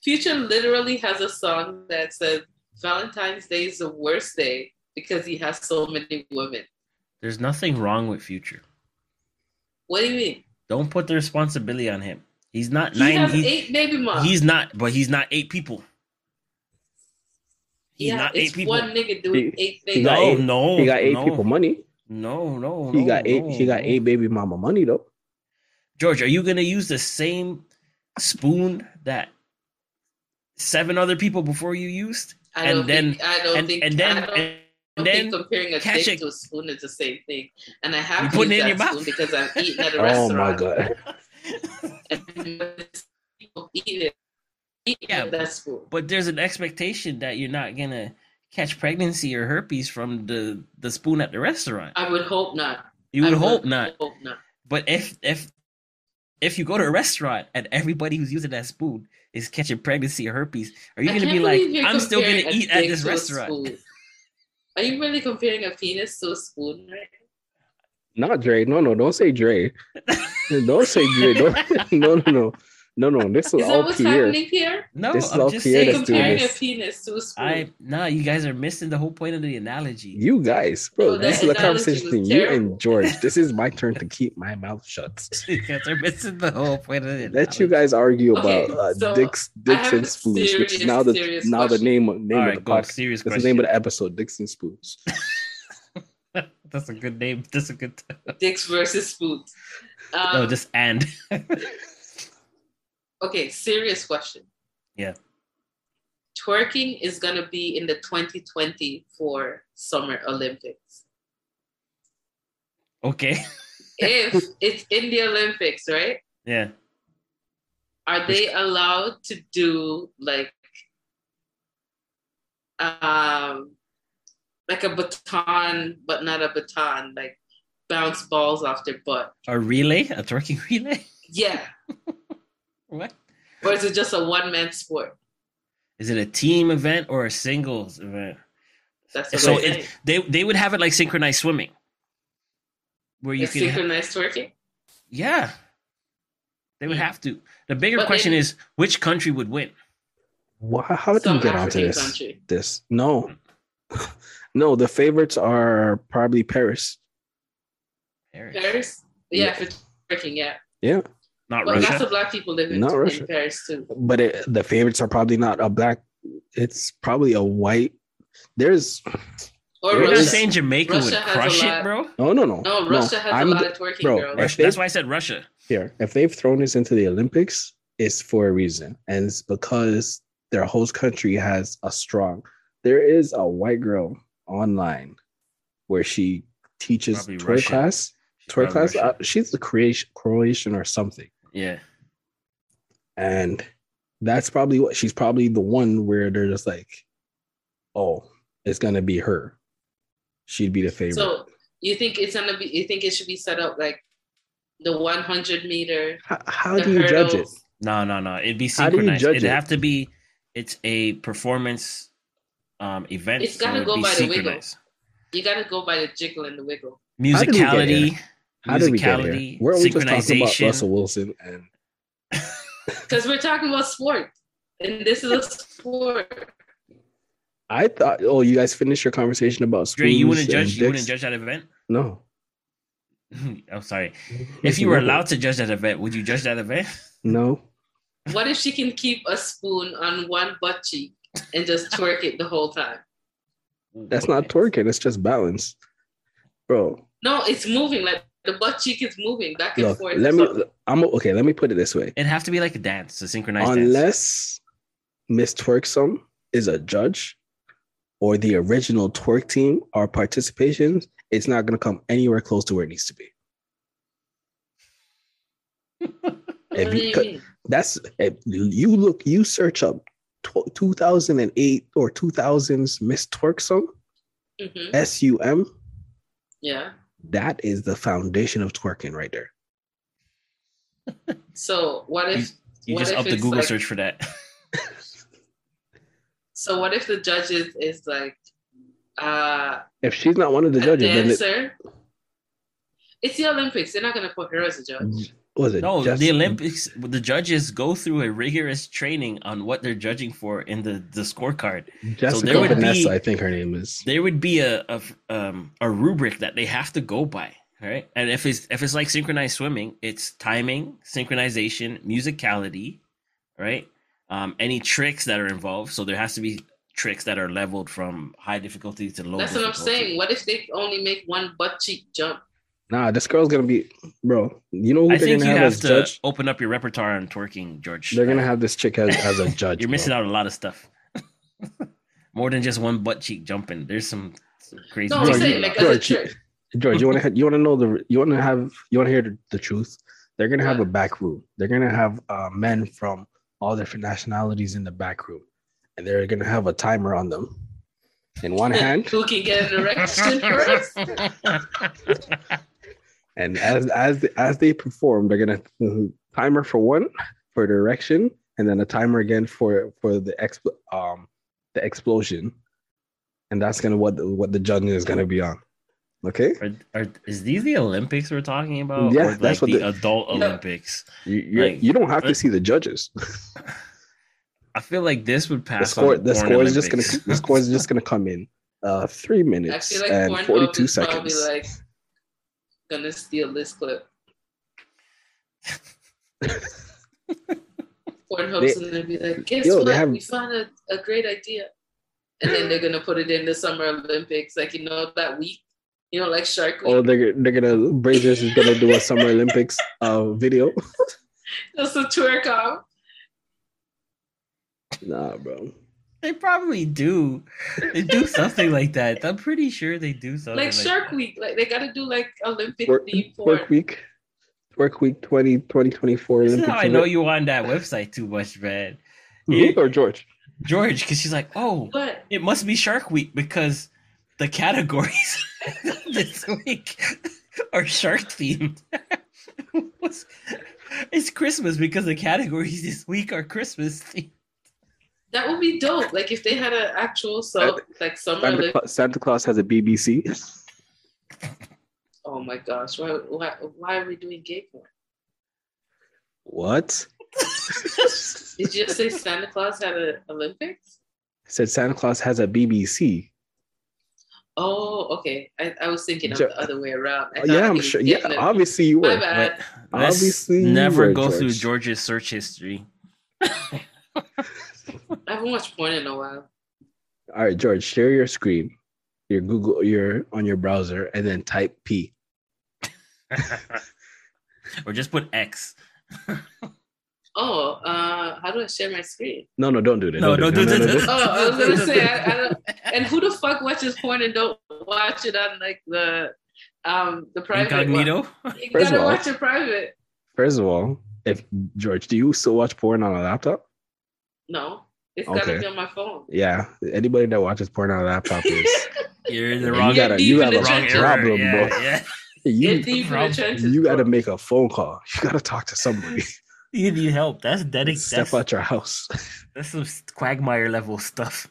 S3: Future literally has a song that says Valentine's Day is the worst day because he has so many women.
S1: There's nothing wrong with Future.
S3: What do you mean?
S1: Don't put the responsibility on him. He's not
S3: He
S1: nine.
S3: has
S1: he's,
S3: eight baby moms.
S1: he's not, but he's not eight people. He's
S3: yeah,
S1: not
S3: it's
S1: eight people.
S3: one nigga doing
S2: He-
S3: eight
S2: he
S3: things.
S2: got
S1: no,
S2: eight-
S1: no,
S2: he got eight
S1: Oh, no,
S2: people money.
S1: No, no,
S2: He
S1: no,
S2: got eight.
S1: no,
S2: he got
S1: no.
S2: eight baby mama money though.
S1: George, are you gonna use the same spoon that seven other people before you used?
S3: I don't
S1: and then-
S3: think, I don't
S1: And
S3: think
S1: and then
S3: I don't,
S1: and,
S3: I don't
S1: then
S3: think comparing a
S1: catch
S3: dick
S1: it.
S3: to a spoon is the same thing. And I have
S1: You're
S3: to
S1: putting
S3: use
S1: it in
S3: that
S1: your mouth.
S3: spoon because I'm eating at a
S2: Oh
S3: restaurant.
S2: my god!
S3: And people eat it. Eat
S1: Yeah,
S3: with that spoon.
S1: but there's an expectation that you're not gonna catch pregnancy or herpes from the the spoon at the restaurant.
S3: I would hope not.
S1: You would
S3: I
S1: hope not.
S3: Hope not.
S1: But if if if you go to a restaurant and everybody who's using that spoon is catching pregnancy or herpes, are you
S3: I
S1: gonna
S3: can't
S1: be like,
S3: believe you're
S1: I'm still gonna
S3: comparing a
S1: eat at
S3: dick
S1: this
S3: to a
S1: restaurant?
S3: spoon. Are you really comparing a penis to a spoon right
S2: Not Dre. No, no, don't say Dre. Don't say good. Don't, no, no, no, no, no. This is
S3: Is that
S2: all
S3: what's
S2: clear.
S3: happening here?
S1: No,
S2: This is
S1: I'm
S2: all
S1: just
S2: Pierre
S1: saying.
S2: that's doing
S3: Comparing
S1: guys,
S3: a
S2: this.
S3: penis to a spoon.
S1: I no, you guys are missing the whole point of the analogy.
S2: You guys, bro,
S3: Oh, that
S2: this is a
S3: analogy
S2: conversation
S3: was
S2: between you
S3: terrible.
S2: and George. This is my turn to keep my mouth shut.
S1: You guys are missing the whole point of the analogy.
S2: Let you guys argue
S3: Okay,
S2: about uh,
S3: so
S2: Dick's
S3: I
S2: Dicks
S3: have
S2: and
S3: a
S2: Spoons, which is
S3: serious,
S2: now the
S3: serious
S2: now the
S3: question.
S2: name of, name
S1: All
S2: of
S1: right,
S2: the
S1: go.
S2: podcast.
S1: Serious
S2: That's
S1: question.
S2: the name of the episode, Dicks and Spoons.
S6: That's a good name. That's a good.
S3: Dicks versus spoons. Um,
S1: no, just and.
S3: okay, serious question.
S1: Yeah.
S3: Twerking is gonna be in the 2024 Summer Olympics.
S1: okay.
S3: If it's in the Olympics, right?
S1: Yeah.
S3: Are they allowed to do like um like a baton, but not a baton, like bounce balls off their butt?
S1: A relay, a twerking relay.
S3: Yeah.
S1: What?
S3: Or is it just a one man sport?
S1: Is it a team event or a singles event?
S3: That's what
S1: So
S3: I'm
S1: it-
S3: saying.
S1: They they would have it like synchronized swimming, where you
S3: Like
S1: can
S3: synchronized twerking?
S1: yeah. They would have to. The bigger
S3: But
S1: question
S3: they-
S1: is which country would win.
S2: Wha How did
S3: Some
S2: you get onto
S3: African
S2: this?
S3: country.
S2: This no, no. The favorites are probably Paris.
S1: Paris.
S3: Paris? Yeah, for twerking, yeah.
S2: Yeah,
S1: not
S3: But lots
S1: Russia.
S3: of black people live in,
S2: Not
S3: in
S2: Russia.
S3: Paris too.
S2: but it, the favorites are probably not a black. It's probably a white. There's
S1: We're
S2: You're
S3: Or
S2: Russia.
S1: not
S3: Russia.
S1: saying Jamaica
S3: Russia
S1: would
S3: has a
S1: crush
S3: lot-
S1: it, bro.
S2: no, no, no.
S3: no, Russia has
S2: I'm
S3: a lot
S2: g-
S3: of twerking
S2: bro,
S3: girls.
S2: Russia-
S1: Russia. That's why I said Russia.
S2: here. If they've thrown this into the Olympics, it's for a reason, and it's because their host country has a strong. There is a white girl online where she teaches
S1: Probably
S2: toy
S1: Russian.
S2: class. Toy
S1: Probably
S2: class. Uh,
S1: Russia.
S2: she's the Croatian, Croatian or something.
S1: Yeah.
S2: And that's probably what she's probably the one where they're just like, oh, it's gonna be her. She'd be the favorite.
S3: So you think it's gonna be you think it should be set up like the one hundred meter
S2: how, how
S3: the
S2: do you judge it?
S3: hurdles?
S1: No, no, no. It'd be
S2: How do you
S1: synchronized.
S2: judge
S1: It'd
S2: it?
S1: have to be. It's a performance um event.
S3: It's gotta
S1: it'd
S3: go
S1: be
S3: by the wiggle.
S1: synchronized.
S3: You gotta go by the jiggle and the wiggle.
S2: How did we get here?
S1: Musicality.
S2: How did we get here?
S1: Musicality.
S2: Where are we just talking about
S1: synchronization.
S2: Russell Wilson and
S3: Because we're talking about sport. And this is a sport.
S2: I thought, oh, you guys finished your conversation about
S1: Dre,
S2: spoons
S1: you wouldn't
S2: and
S1: judge. You wouldn't judge
S2: dicks?
S1: that event.
S2: No.
S1: I'm sorry. If you were allowed to judge that event, would you judge that event?
S2: no,
S3: What if she can keep a spoon on one butt cheek and just twerk it the whole time?
S2: that's not twerking. It's just balance, bro.
S3: No, it's moving. Like the butt cheek is moving back and
S2: Look,
S3: forth.
S2: let
S3: So-
S2: me. I'm okay. Let me put it this way.
S1: It'd have to be like a dance, a synchronized dance.
S2: unless Miss Twerksome is a judge or the original twerk team are participations, it's not going to come anywhere close to where it needs to be.
S3: What
S2: if
S3: do
S2: you
S3: you
S2: could-
S3: mean?
S2: that's if you look, you search up tw- 2008 or 2000s Miss Twerksome,
S3: Mhm.
S2: S U M.
S3: Yeah.
S2: That is the foundation of twerking right there.
S3: So what if
S1: You
S3: what
S1: just
S3: if
S1: up the
S3: it's
S1: Google
S3: like-
S1: search for that.
S3: so what if the judges is like uh
S2: If she's not one of the
S3: a
S2: judges, then it
S3: dancer? It's the Olympics. They're not gonna put her as a
S1: Mm-hmm.
S3: judge.
S2: was it
S1: No,
S2: just-
S1: the Olympics, the judges go through a rigorous training on what they're judging for in the, the scorecard.
S2: Jessica
S1: there would
S2: Vanessa,
S1: be-
S2: I think her name is.
S1: There would be a, a um a rubric that they have to go by, right? And if it's if it's like synchronized swimming, it's timing, synchronization, musicality, right? Um, any tricks that are involved. So there has to be tricks that are leveled from high difficulty to low.
S3: That's what I'm
S1: difficulty.
S3: saying. What if they only make one butt cheek jump?
S2: Nah, this girl's gonna be, bro. You know who
S1: I
S2: they're
S1: think
S2: gonna
S1: you
S2: have,
S1: have
S2: as
S1: to
S2: judge?
S1: open up your repertoire on twerking, George. Uh,
S2: They're gonna have this chick as, as a judge.
S1: You're missing
S2: bro.
S1: out on a lot of stuff. More than just one butt cheek jumping. There's some, some crazy.
S3: No, I'm
S2: George,
S1: things.
S3: saying like as a
S2: George,
S3: trick.
S2: George, you want to you want to know the you want to have you want to hear the, the truth. They're gonna have a back room. They're gonna have uh, men from all different nationalities in the back room, and they're gonna have a timer on them. In one hand,
S3: Who can get an erection first?
S2: and as as the, as they perform, they're gonna timer for one for the erection, and then a timer again for for the exp- um the explosion, and that's gonna what the, what the judge is gonna be on. Okay,
S1: Are, are is these the Olympics we're talking about? or
S2: Yeah, that's
S1: like
S2: what
S1: the,
S2: the-
S1: adult
S3: Yeah.
S1: Olympics.
S2: you you,
S1: Like-
S2: you don't have to see the judges.
S1: I feel like this would pass.
S2: the score
S1: on
S2: the
S1: porn
S2: score is just gonna
S1: Olympics.
S2: the score is just gonna come in uh three
S3: I
S2: minutes
S3: feel like
S2: and
S3: Pornhub
S2: 42
S3: is probably
S2: seconds
S3: like gonna steal this clip. Pornhub's gonna be like, guess
S2: yo,
S3: what?
S2: they have-
S3: We found a, a great idea. And then they're gonna put it in the Summer Olympics, like you know that week, you know, like Shark Week.
S2: oh they're, they're gonna brazers is gonna do a summer olympics uh video
S3: Just a twerk off.
S2: nah bro
S6: They probably do. They do something like that. I'm pretty sure they do something.
S3: Like Shark Week, like they gotta do like Olympic
S2: work,
S3: theme porn.
S2: work week work week 20 2024
S6: This is
S2: olympics
S6: how I know you on that website too much, man.
S2: me or george
S6: George, because she's like, oh,
S3: But
S6: it must be Shark Week because the categories this week are shark themed. What's- it's Christmas because the categories this week are Christmas themed.
S3: that would be dope. Like if they had an actual so like Summer
S2: santa,
S3: Olympics.
S2: Cla- santa claus has a bbc
S3: Oh my gosh, why why why are we doing gay porn?
S2: what
S3: Did you just say Santa Claus had an Olympics?
S2: said santa claus has a bbc
S3: Oh, okay. I, I was thinking of
S2: Ja-
S3: the other way around. I
S2: Oh,
S3: thought
S2: yeah i'm
S3: he was
S2: sure yeah
S3: getting it.
S2: obviously you
S3: My
S2: were
S3: bad.
S1: But let's
S2: Obviously you
S1: never
S2: were,
S1: go through
S2: George.
S1: George's search history.
S3: I haven't watched porn in a while.
S2: all right george share your screen your google your on your browser and then type p
S1: or just put X.
S3: Oh, uh, how do I share my screen?
S2: No, no, don't do that.
S1: No, don't do that.
S3: Oh, I was gonna say, I, I don't, and who the fuck watches porn and don't watch it on like the um the private one?
S1: Incognito.
S3: You
S2: First of
S3: gotta
S2: all-
S3: watch it private.
S2: First of all, if George, do you still watch porn on a laptop?
S3: No, it's
S2: Okay.
S3: gotta be on my phone.
S2: Yeah, anybody that watches porn on a laptop is
S1: You're in the
S2: You
S1: wrong,
S2: gotta-
S3: Deep
S2: you have
S3: in the
S2: a
S1: wrong
S3: trenches.
S1: era.
S2: problem,
S1: yeah,
S2: bro.
S1: yeah.
S3: Get
S2: you.
S3: deep in the
S1: problem.
S3: trenches.
S2: You got to
S3: bro.
S2: make a phone call. You got to talk to somebody.
S1: You need help. That's dedicated.
S2: Step out your house.
S1: That's some quagmire level stuff.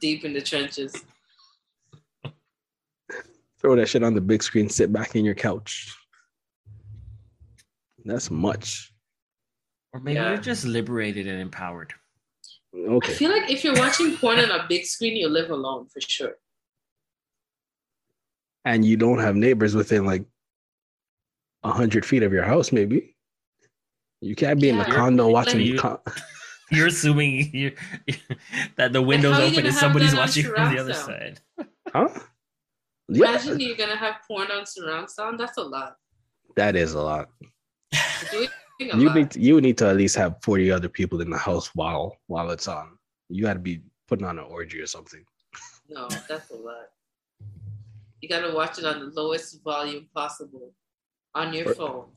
S3: deep in the trenches.
S2: Throw that shit on the big screen. Sit back in your couch. That's much.
S1: Or maybe
S3: Yeah.
S1: you're just liberated and empowered.
S3: I
S2: Okay.
S3: feel like if you're watching porn on a big screen, you live alone for sure.
S2: And you don't have neighbors within like a hundred feet of your house, maybe. You can't be in the
S3: Yeah.
S2: condo watching.
S1: you-
S2: con-
S1: You're assuming you're, that the window's
S3: how you
S1: open
S3: gonna
S1: and
S3: have
S1: somebody's
S3: that on
S1: watching from
S3: surround
S1: the other
S3: sound?
S1: side.
S2: huh? Yeah,
S3: Imagine you're gonna have porn on surround sound. That's a lot.
S2: that is a lot.
S3: Doing a
S2: you
S3: lot.
S2: need to, you need to at least have 40 other people in the house while while it's on you got to be putting on an orgy or something
S3: no, that's a lot. You gotta watch it on the lowest volume possible on your
S2: Or-
S3: phone.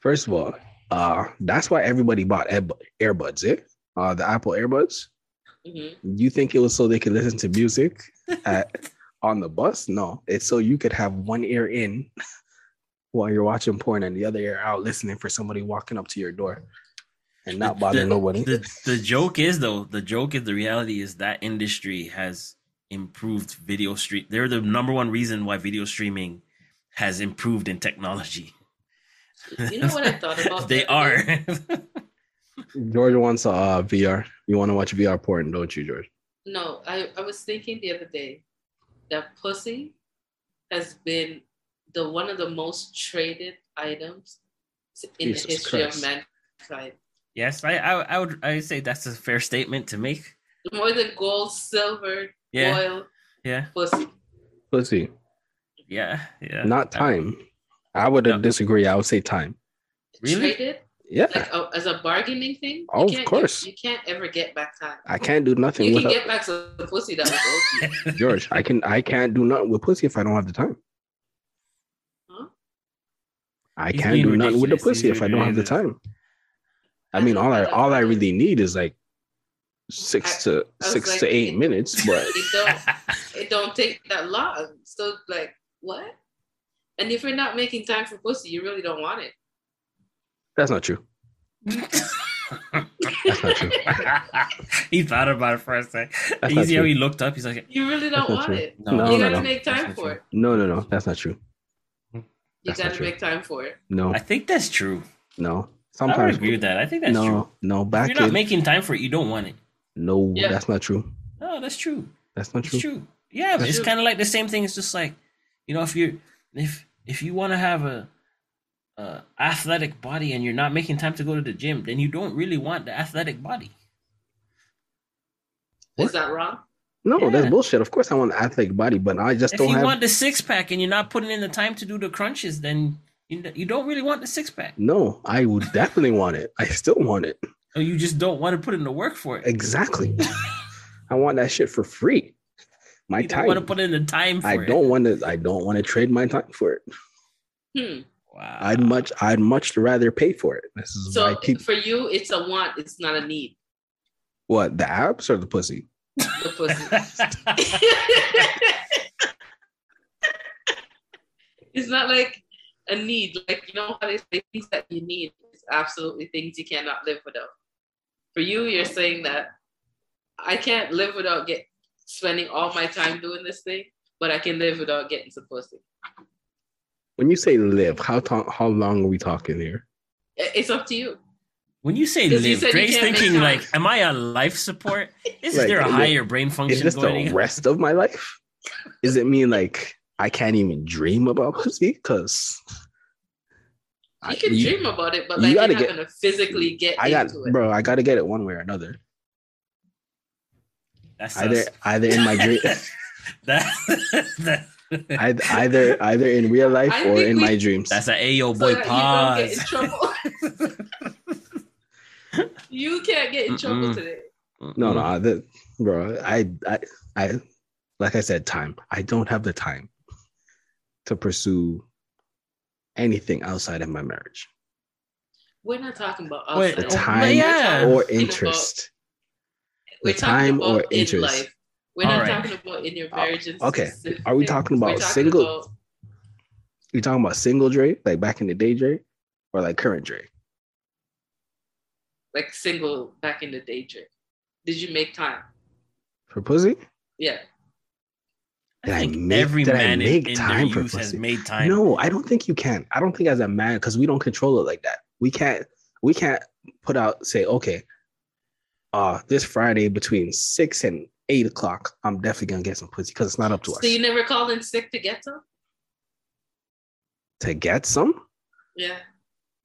S2: first of all uh that's why everybody bought Airbu- airbuds eh? uh the apple airbuds
S3: Mhm.
S2: you think it was so they could listen to music at, on the bus no it's so you could have one ear in while you're watching porn and the other ear out listening for somebody walking up to your door and not bother
S1: the,
S2: nobody
S1: The, the joke is though, the joke is the reality is that industry has improved video stream. They're the number one reason why video streaming has improved in technology.
S3: You know what I thought about?
S1: they
S3: the other
S1: are.
S3: day?
S2: george wants uh vr you want to watch vr porn don't you george
S3: No, I, I was thinking the other day that pussy has been the one of the most traded items in
S2: Jesus
S3: the history
S2: Christ.
S3: of mankind.
S1: yes, I, I I would I would say that's a fair statement to make.
S3: More than gold, silver,
S1: Yeah.
S3: oil,
S1: Yeah.
S3: pussy.
S2: let's see
S1: Yeah. Yeah.
S2: not time. I would
S1: No.
S2: disagree. I would say time.
S1: Really?
S3: Traded
S2: Yeah,
S3: like a, as a bargaining thing.
S2: Oh,
S3: you
S2: of
S3: can't get-
S2: course.
S3: you can't ever get back time.
S2: I can't do nothing
S3: You can
S2: without
S3: get back some pussy that was owed to you.
S2: George. I can. I can't do nothing with pussy if I don't have the time.
S3: Huh?
S2: I
S1: He's
S2: can't
S1: being
S2: do nothing with the
S1: ridiculous.
S2: pussy
S1: He's
S2: if I don't have the
S1: ridiculous.
S2: time. I mean, all I all I really need is like
S3: I-
S2: six to
S3: I was
S2: six
S3: like-
S2: to eight minutes, but
S3: It don't it don't take that long. So like what? And if you're not making time for pussy, you really don't want it.
S2: that's not true. That's not true.
S1: he thought about it for a second.
S2: That's
S1: you
S2: not
S1: see how
S2: true.
S1: he looked up? He's like,
S3: You really
S2: That's not
S3: don't want
S2: true.
S3: it.
S2: No, no, no,
S3: you gotta
S2: no.
S3: make
S1: That's
S3: time
S1: not
S3: for
S1: true.
S3: it.
S2: No, no, no. That's not true.
S3: You
S2: That's not
S3: gotta
S2: true.
S3: make time for it.
S2: No,
S1: I think that's true.
S2: no.
S1: I would
S2: Sometimes
S1: agree with that. I think that's
S2: no,
S1: true.
S2: no.
S1: If
S2: Back
S1: you're not
S2: in,
S1: making time for it, you don't want it.
S2: no.
S3: Yeah.
S2: That's not true.
S1: No, that's true.
S2: That's not
S1: It's
S2: true.
S1: true. Yeah, but
S3: That's
S1: it's
S3: true.
S1: kind of like the same thing. It's just like, you know, if you're if if you want to have a, a athletic body and you're not making time to go to the gym, then you don't really want the athletic body.
S3: Is
S2: What?
S3: that wrong?
S2: No, that's
S1: Yeah.
S2: bullshit. Of course, I want an athletic body, but I just
S1: If
S2: don't
S1: you
S2: have.
S1: want the six pack and you're not putting in the time to do the crunches, then you you don't really want the six pack.
S2: No, I would definitely want it. I still want it.
S1: Or you just don't want to put in the work for it.
S2: Exactly. I want that shit for free. My
S1: you don't
S2: time.
S1: want to put in the time for
S2: I
S1: it.
S2: don't want to. I don't want to trade my time for it.
S3: Hmm.
S1: Wow.
S2: I'd much. I'd much rather pay for it. This is why
S3: So
S2: I keep
S3: for you, it's a want. It's not a need.
S2: what the abs or the pussy.
S3: The pussy.
S1: I
S3: it's not like a need. Like you know how they say things that you need is absolutely things you cannot live without. For you, you're saying that I can't live without get spending all my time doing this thing, but I can live without getting some pussy.
S2: When you say live, how ta- how long are we talking here?
S3: I- It's up to you.
S1: when you say
S3: 'Cause you
S1: live,
S3: said you
S1: Dre's
S3: can't make
S1: thinking
S3: time.
S1: like, am I on life support? Is
S2: Like,
S1: there a
S2: is it-
S1: higher brain
S2: Is
S1: function
S2: this
S1: going
S2: the
S1: on?
S2: rest of my life? Is it mean like I can't even dream about pussy? Because
S3: You can dream about it, but
S2: you
S3: like you're
S2: gotta
S3: not
S2: get-
S3: gonna physically get
S2: I got
S3: into it.
S2: bro. I got to get it one way or another.
S1: That's
S2: Either either in my dream,
S1: that, that,
S2: either either either in real life
S3: I
S2: or
S3: think
S2: in
S3: we-
S2: my dreams.
S1: that's an Ayo
S3: So
S1: boy
S3: that
S1: pause.
S3: you don't get in trouble. you can't get in trouble
S1: Mm-mm.
S3: today.
S2: No, no, I- that, bro. I, I, I, like I said, time. I don't have the time to pursue anything outside of my marriage
S3: We're not talking about
S1: Wait,
S3: outside.
S2: The
S1: oh,
S2: time
S1: yeah.
S2: or
S3: Talking about
S2: interest.
S3: We're
S2: the
S3: talking
S2: time
S3: about
S2: or
S3: in
S2: interest.
S3: life. We're
S1: All
S3: not
S1: right.
S3: talking about in your
S2: Oh,
S3: marriage. and
S2: okay.
S3: specific
S2: Are we
S3: things.
S2: talking
S3: We're
S2: about single-
S3: about-
S2: You talking about single Dre, like back in the day Dre, or like current Dre?
S3: like single back in the day, Drake. Did you make time?
S2: For pussy?
S3: Yeah.
S2: Did I
S1: think
S2: make-
S1: every
S2: did I
S1: man in-
S2: make
S1: in
S2: time for
S1: their youth has
S2: pussy?
S1: made time.
S2: No, I don't think you can. I don't think as a man, because we don't control it like that. We can't we can't put out say, okay, uh this Friday between six and eight o'clock, I'm definitely gonna get some pussy because it's not up to
S3: So
S2: us.
S3: you never called in sick to get some?
S2: to get some?
S3: Yeah.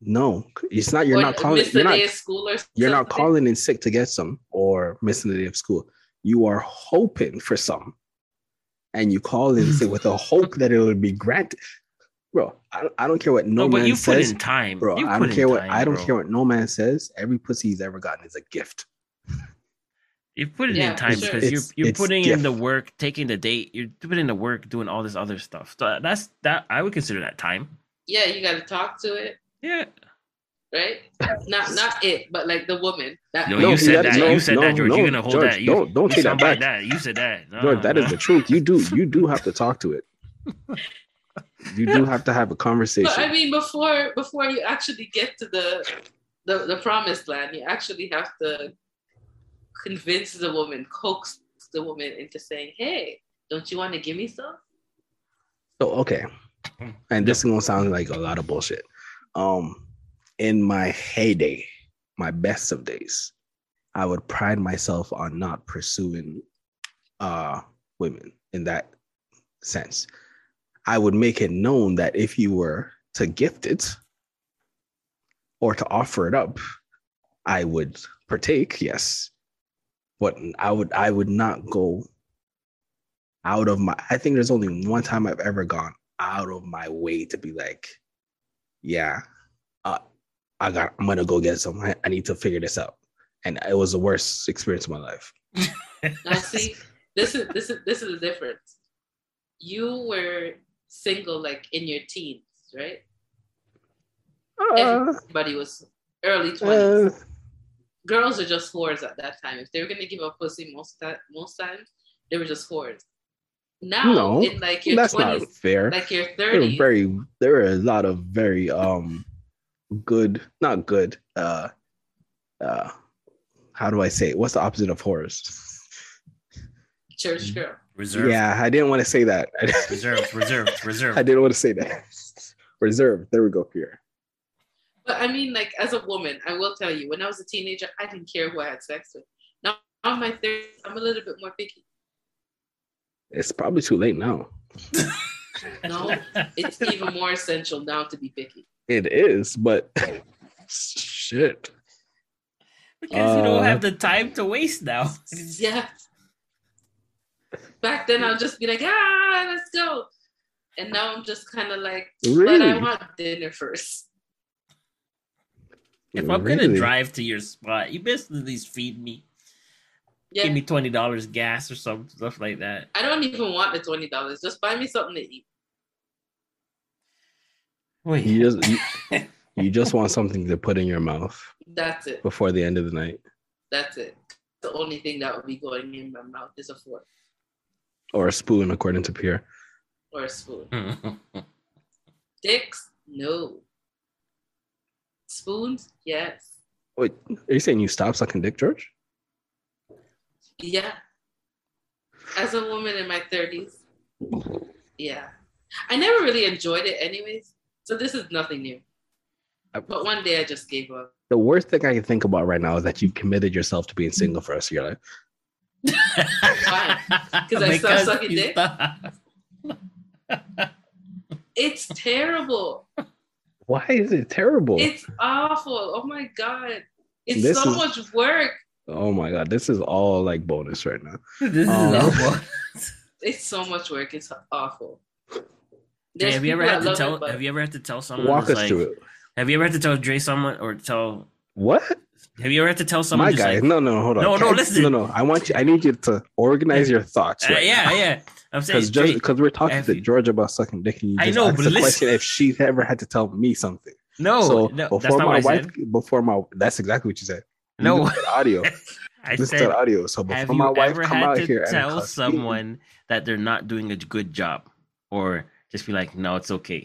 S2: No. It's not you're
S3: or
S2: not calling
S3: Miss
S2: you're
S3: the
S2: not
S3: day of school or something?
S2: you're not calling in sick to get some or missing the day of school. You are hoping for some. And you call in sick with a hope that it will be granted. Bro, I, I don't care what no,
S1: no, but
S2: man
S1: you put
S2: says.
S1: in time,
S2: bro.
S1: You
S2: I
S1: put
S2: don't
S1: in
S2: care what
S1: time,
S2: I don't
S1: bro.
S2: care what no man says. Every pussy he's ever gotten is a gift.
S1: You're putting
S3: Yeah,
S1: in
S3: for
S1: time
S3: sure.
S1: because you're
S2: It's-
S1: you're
S2: it's
S1: putting in
S2: diff-
S1: the work, taking the date. You're putting in the work, doing all this other stuff. So uh, that's that. I would consider that time.
S3: Yeah, you gotta talk to it,
S1: Yeah.
S3: right? not not it, but like the woman. That
S1: Yo,
S2: No,
S1: you
S2: you
S1: said
S2: gotta-
S1: that.
S2: no,
S1: you said
S2: no,
S1: that, George.
S2: no,
S1: You're gonna hold
S2: George,
S1: that. You,
S2: don't- don't
S1: you
S2: take that
S1: sound like
S2: back.
S1: that. You said that. No,
S2: George, that is
S1: no.
S2: the truth. You do you do have to talk to it. You do have to have a conversation.
S3: But I mean, before before you actually get to the the, the promised land, you actually have to convince the woman, coax the woman into saying, "Hey, don't you want to give me some?"
S2: so okay, and this is gonna sound like a lot of bullshit. Um, in my heyday, my best of days, I would pride myself on not pursuing uh women in that sense. I would make it known that if you were to gift it or to offer it up, I would partake, yes. But I would I would not go out of my I think there's only one time I've ever gone out of my way to be like, yeah, uh, I got I'm gonna go get some. I, I need to figure this out. And it was the worst experience of my life.
S3: Now, see, this is this is this is the difference. You were single like in your teens, right?
S2: Uh,
S3: Everybody was early twenties.
S2: uh,
S3: Girls are just whores at that time. If they were gonna give a pussy most ti- most times, they were just whores. Now,
S2: No,
S3: in like your
S2: that's
S3: twenties,
S2: not fair.
S3: like your
S2: there were
S3: thirties,
S2: very there were a lot of very um good not good uh uh how do I say it? What's the opposite of horrors?
S3: Church girl.
S1: Reserved.
S2: Yeah, I didn't want to say that.
S1: Reserved. Reserved. Reserved.
S2: I didn't want to say that. Reserved. There we go. Fear.
S3: But I mean, like as a woman, I will tell you, when I was a teenager, I didn't care who I had sex with. Now on my third, I'm a little bit more picky.
S2: It's probably too late now.
S3: No, it's even more essential now to be picky.
S2: It is, but shit.
S6: Because you don't
S2: Uh,
S6: have the time to waste now.
S3: Yeah. Back then, I'll just be like, ah, let's go. And now I'm just kind of like, but I
S2: Really?
S3: want dinner first.
S6: If I'm gonna
S2: Mm, Really?
S6: drive to your spot, you best at least feed me.
S3: Yeah.
S6: Give me twenty dollars gas or some stuff like that.
S3: I don't even want the twenty dollars. Just buy me something to eat.
S6: Wait,
S2: you just you, you just want something to put in your mouth
S3: That's it.
S2: before the end of the night,
S3: That's it. The only thing that would be going in my mouth is a fork
S2: or a spoon, according to Pierre.
S3: or a spoon.
S1: Reserved.
S3: Dicks? No. Spoons? Yes.
S2: Wait, are you saying you stop sucking dick, George?
S3: Yeah. As a woman in my 30s. Yeah. I never really enjoyed it, anyways. So this is nothing new.
S2: I-
S3: But one day I just gave up.
S2: The worst thing I can think about right now is that you've committed yourself to being single for the rest of your life.
S3: Why? Because I stopped sucking dick. It's terrible.
S2: Why is it terrible?
S3: It's awful. Oh my God. It's
S2: Oh. This
S3: so
S2: is-
S3: much work.
S2: oh my god, this is all like bonus right now.
S6: This
S2: Um,
S6: is awful.
S3: It's so much work. It's awful.
S1: Dre,
S3: There's
S1: have you ever
S3: people
S1: had
S3: that
S1: to
S3: love it,
S1: tell?
S3: but
S1: have you ever had to tell someone?
S2: Walk
S1: just
S2: us
S1: like,
S2: through it.
S1: Have you ever had to tell Dre someone or tell?
S2: What?
S1: Have you ever had to tell someone?
S2: My
S1: just
S2: guy.
S1: like,
S2: no, no, hold on.
S1: No, no,
S2: Can-
S1: listen.
S2: No, no. I want you. I need you to organize your thoughts.
S1: Uh,
S2: right
S1: yeah, yeah. I'm saying
S2: Because just
S1: Dre-
S2: because we're talking
S1: Have
S2: to
S1: you-
S2: George about sucking dick, and you
S1: I
S2: just
S1: know,
S2: asked
S1: but
S2: the
S1: listen.
S2: question if she's ever had to tell me something.
S1: no,
S2: so
S1: no, that's
S2: before
S1: not what
S2: my
S1: I
S2: wife,
S1: said.
S2: before my that's exactly what you said. You
S1: No,
S2: listened to the audio.
S1: I
S2: Listen
S1: said.
S2: to the audio. So
S1: have
S2: before
S1: you
S2: my wife
S1: ever
S2: come
S1: had
S2: out
S1: to
S2: here and
S1: tell
S2: cuss me,
S1: someone that they're not doing a good job, or just be like, "No, it's okay."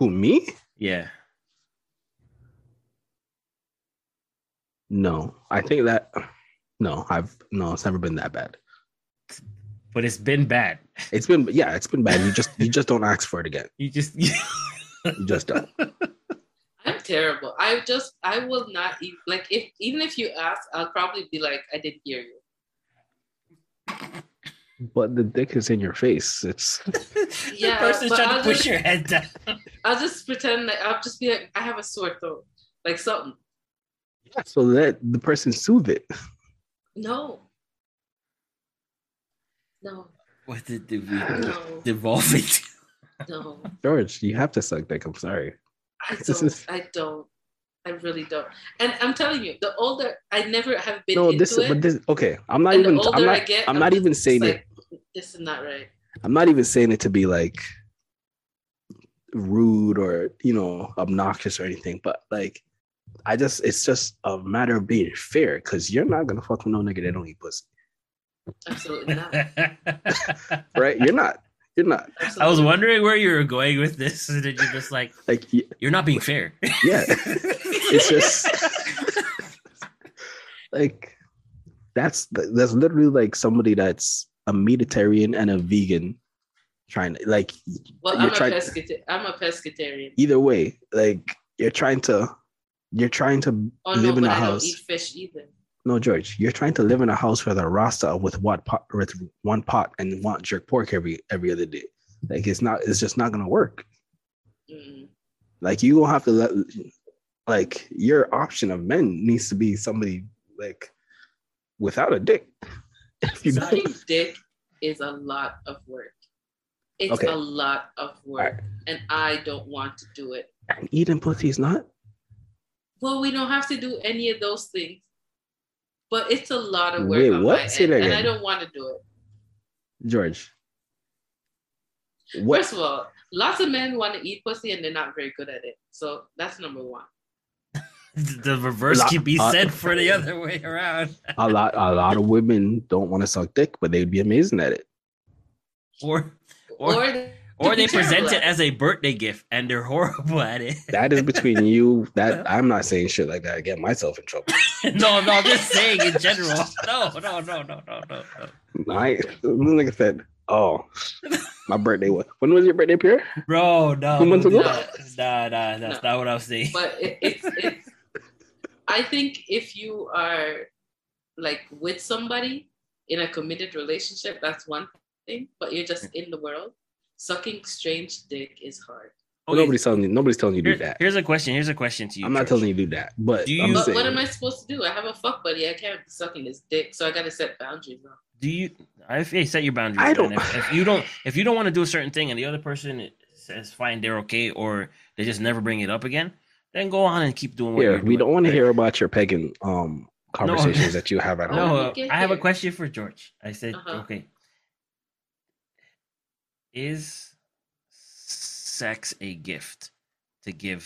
S2: who me?
S1: Yeah,
S2: No, I think that no, I've no, it's never been that bad.
S1: but it's been bad.
S2: It's been yeah, it's been bad. You just you just don't ask for it again.
S1: You just
S2: You just don't.
S3: I'm terrible. I just I will not even like if even if you ask, I'll probably be like, I didn't hear you.
S2: But the dick is in your face. It's
S3: Yeah,
S6: the person's
S3: but
S6: trying
S3: I'll
S6: to push
S3: just-
S6: your head down.
S3: I'll just pretend like I'll just be like, I have a sore throat. Like something.
S2: so let the person soothe it.
S3: No. No,
S6: What did, did we
S3: no,
S6: devolve into?
S3: no.
S2: George, you have to suck dick. I'm sorry.
S3: I
S2: This
S3: don't.
S2: is-
S3: I don't. I really don't. And I'm telling you, the older I never have been
S2: No,
S3: into
S2: this
S3: it.
S2: but this okay. I'm not
S3: and
S2: even
S3: the older
S2: I'm
S3: I
S2: not
S3: get,
S2: I'm not even
S3: just
S2: saying it
S3: like, This is not right.
S2: I'm not even saying it to be like rude or you know obnoxious or anything, but like I just it's just a matter of being fair because you're not gonna fuck with no nigga that don't eat pussy,
S3: Absolutely not.
S2: right? You're not. You're not.
S3: Absolutely
S6: I was wondering where you were going with this, and then you're just like,
S2: Like y-
S6: you're not being fair.
S2: yeah, it's just like that's that's literally like somebody that's a meditarian and a vegan trying to like
S3: Well,
S2: You're
S3: I'm a,
S2: trying-
S3: pescata- I'm a pescatarian.
S2: either way like you're trying to you're trying to
S3: Oh
S2: live
S3: no,
S2: in
S3: but
S2: a
S3: I
S2: house
S3: don't eat fish either.
S2: No, George, you're trying to live in a house with a rasta with one pot, with one pot, and want jerk pork every every other day. Like it's not, it's just not gonna work.
S3: Mm.
S2: Like you gonna have to let, like your option of men needs to be somebody like without a dick. If you don't,
S3: Sucking dick is a lot of work. It's
S2: Okay.
S3: a lot of work, and I don't want to do it.
S2: and eating pussy is not.
S3: Well, we don't have to do any of those things, but it's a lot of work.
S2: Wait,
S3: on
S2: what?
S3: my
S2: Say
S3: end,
S2: that
S3: and I
S2: again.
S3: don't want to do it.
S2: George, what?
S3: First of all, lots of men want to eat pussy, and they're not very good at it. So that's number one.
S6: the reverse
S2: Lot-
S6: can be
S2: uh,
S6: said for the other way around.
S2: A lot, a lot of women don't want to suck dick, but they'd be amazing at it.
S6: Or,
S3: Or,
S6: or, Or they
S3: Be terrible
S6: present
S3: at
S6: it as a birthday gift and they're horrible at it.
S2: That is between you. That I'm not saying shit like that. I get myself in trouble.
S6: no, no, I'm just saying in general. No, no, no, no, no, no, no.
S2: I like I said, oh, my birthday was. When was your birthday, Pierre?
S6: Bro, no.
S2: Two months
S6: no,
S2: ago?
S6: Nah, nah, that's
S3: No.
S6: not what I was saying.
S3: but it, it's it's i think if you are like with somebody in a committed relationship that's one thing but you're just in the world sucking strange dick is hard
S2: Well, nobody's telling you. Nobody's telling you to
S1: Here-
S2: do that.
S1: Here's a question. Here's a question to you.
S2: I'm
S1: Church.
S2: not telling you to do that. But
S6: Do
S2: I'm
S6: you-
S3: but
S2: saying,
S3: what am i supposed to do i have a fuck buddy i can't be sucking his dick so i gotta set boundaries now.
S1: Do you? I hey, set your boundaries.
S2: I
S1: man.
S2: don't-
S1: If, if you don't, if you don't want to do a certain thing, and the other person says fine, they're okay, or they just never bring it up again, then go on and keep doing what
S2: here
S1: you're
S2: we
S1: doing.
S2: don't want to hear about your pagan um conversations that you have at home.
S1: No,
S3: Let me
S1: uh,
S3: get
S1: I have a
S3: here.
S1: question for George. I said,
S3: Uh-huh.
S1: okay, is sex a gift to give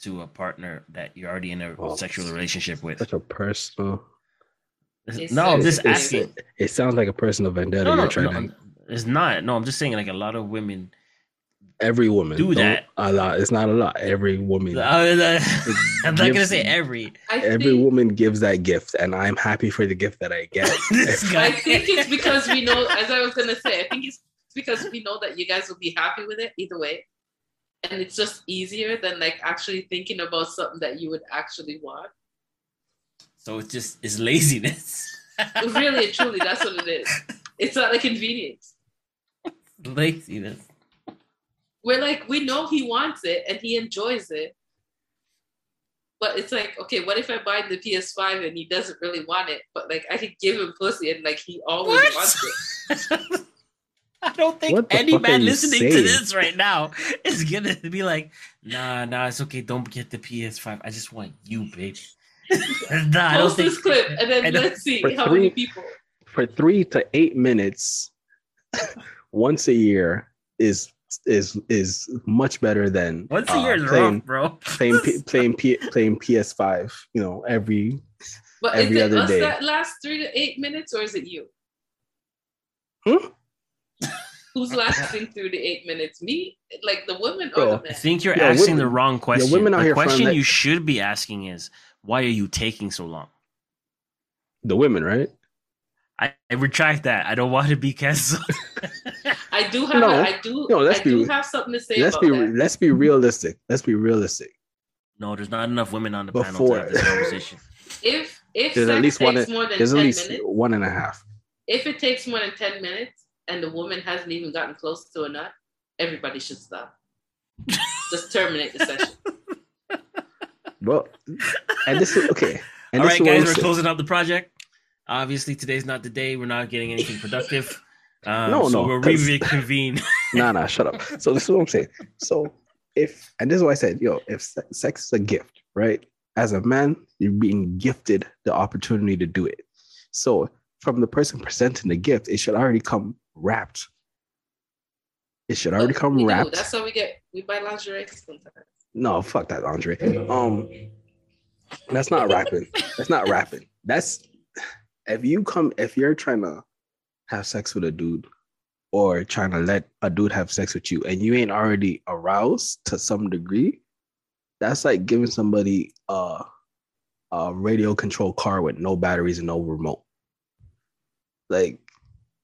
S1: to a partner that you're already in a
S2: Well,
S1: sexual relationship with?
S2: Such a personal.
S3: It's
S1: no, I'm
S3: sex
S1: just
S3: is a
S2: it's-
S1: asking.
S2: It, it sounds like a personal vendetta.
S1: No, no,
S2: you're trying
S1: no,
S2: to,
S1: it's not. No, I'm just saying, like a lot of women.
S2: every woman
S1: do
S2: don't-
S1: that.
S2: A lot. It's not a lot. Every woman.
S1: Uh, I'm not gonna
S2: gives-
S1: say every.
S3: i
S2: Every
S3: think
S2: woman gives that gift, and I'm happy for the gift that I get.
S1: This
S3: i
S1: guy.
S3: think it's because we know as i was gonna say i think it's because we know that you guys will be happy with it either way and it's just easier than like actually thinking about something that you would actually want
S1: So it's just it's laziness.
S3: really, truly, that's what it is. It's not a convenience.
S1: laziness.
S3: We're like, we know he wants it and he enjoys it. But it's like, okay, what if I buy him the PS5 and he doesn't really want it? But like I could give him pussy and like he always
S6: What?
S3: wants it.
S6: I don't think
S2: What the
S6: any
S2: fuck are
S6: man
S2: you
S6: listening to
S2: saying?
S6: this right now is gonna be like, nah, nah, it's okay. Don't get the PS5. I just want you, babe. nah, I don't
S3: Post
S6: think.
S3: this clip and
S6: I
S3: then
S6: don't-
S3: let's see
S2: For
S3: how
S2: three-
S3: many people.
S2: for three to eight minutes once a year is is is much better than
S6: Once
S2: uh,
S6: a year is
S2: playing
S6: rough, bro.
S2: playing P- playing P- playing PS5. You know, every
S3: But
S2: every
S3: is it
S2: other
S3: us
S2: day.
S3: that last three to eight minutes or is it you?
S2: Hmm?
S3: Who's lasting through the eight minutes? Me? Like the woman or
S2: Bro,
S3: the
S1: I
S3: man?
S1: think you're
S2: Yeah,
S1: asking
S2: women-
S1: the wrong question.
S2: women out
S1: the
S2: here front
S1: question
S2: that-
S1: you should be asking is why are you taking so long?
S2: the women, right?
S1: I, I retract that. I don't want to be canceled.
S3: I do have
S2: No.
S3: a, I do
S2: No, let's
S3: I do
S2: be-
S3: have something to say
S2: Let's
S3: about
S2: be
S3: that.
S2: let's be realistic. Let's be realistic.
S1: no, there's not enough women on the panel to
S2: Before.
S1: have this conversation.
S3: if if
S2: There's at
S3: sex
S2: least one-
S3: takes more than
S2: There's at
S3: 10
S2: least
S3: minutes
S2: one and a half.
S3: if it takes more than 10 minutes and the woman hasn't even gotten close to a nut everybody should stop just terminate the session
S2: Well, and this is okay. And
S1: All
S2: this
S1: right,
S2: is what
S1: guys,
S2: I'm
S1: we're
S2: saying.
S1: closing up the project. Obviously, today's not the day. We're not getting anything productive. Um,
S2: No,
S1: so
S2: no,
S1: we'll
S2: 'cause-
S1: reconvene.
S2: nah, nah, shut up. So this is what I'm saying. So if and this is why I said, yo, if se- sex is a gift, right? As a man, you're being gifted the opportunity to do it. So from the person presenting the gift, it should already come wrapped. It should already
S3: But
S2: come
S3: we do.
S2: wrapped.
S3: that's how we get we buy lingerie sometimes
S2: No, fuck that, Andre. Um, that's not rapping. That's not rapping. That's if you come if you're trying to have sex with a dude or trying to let a dude have sex with you and you ain't already aroused to some degree, that's like giving somebody a a radio control car with no batteries and no remote. Like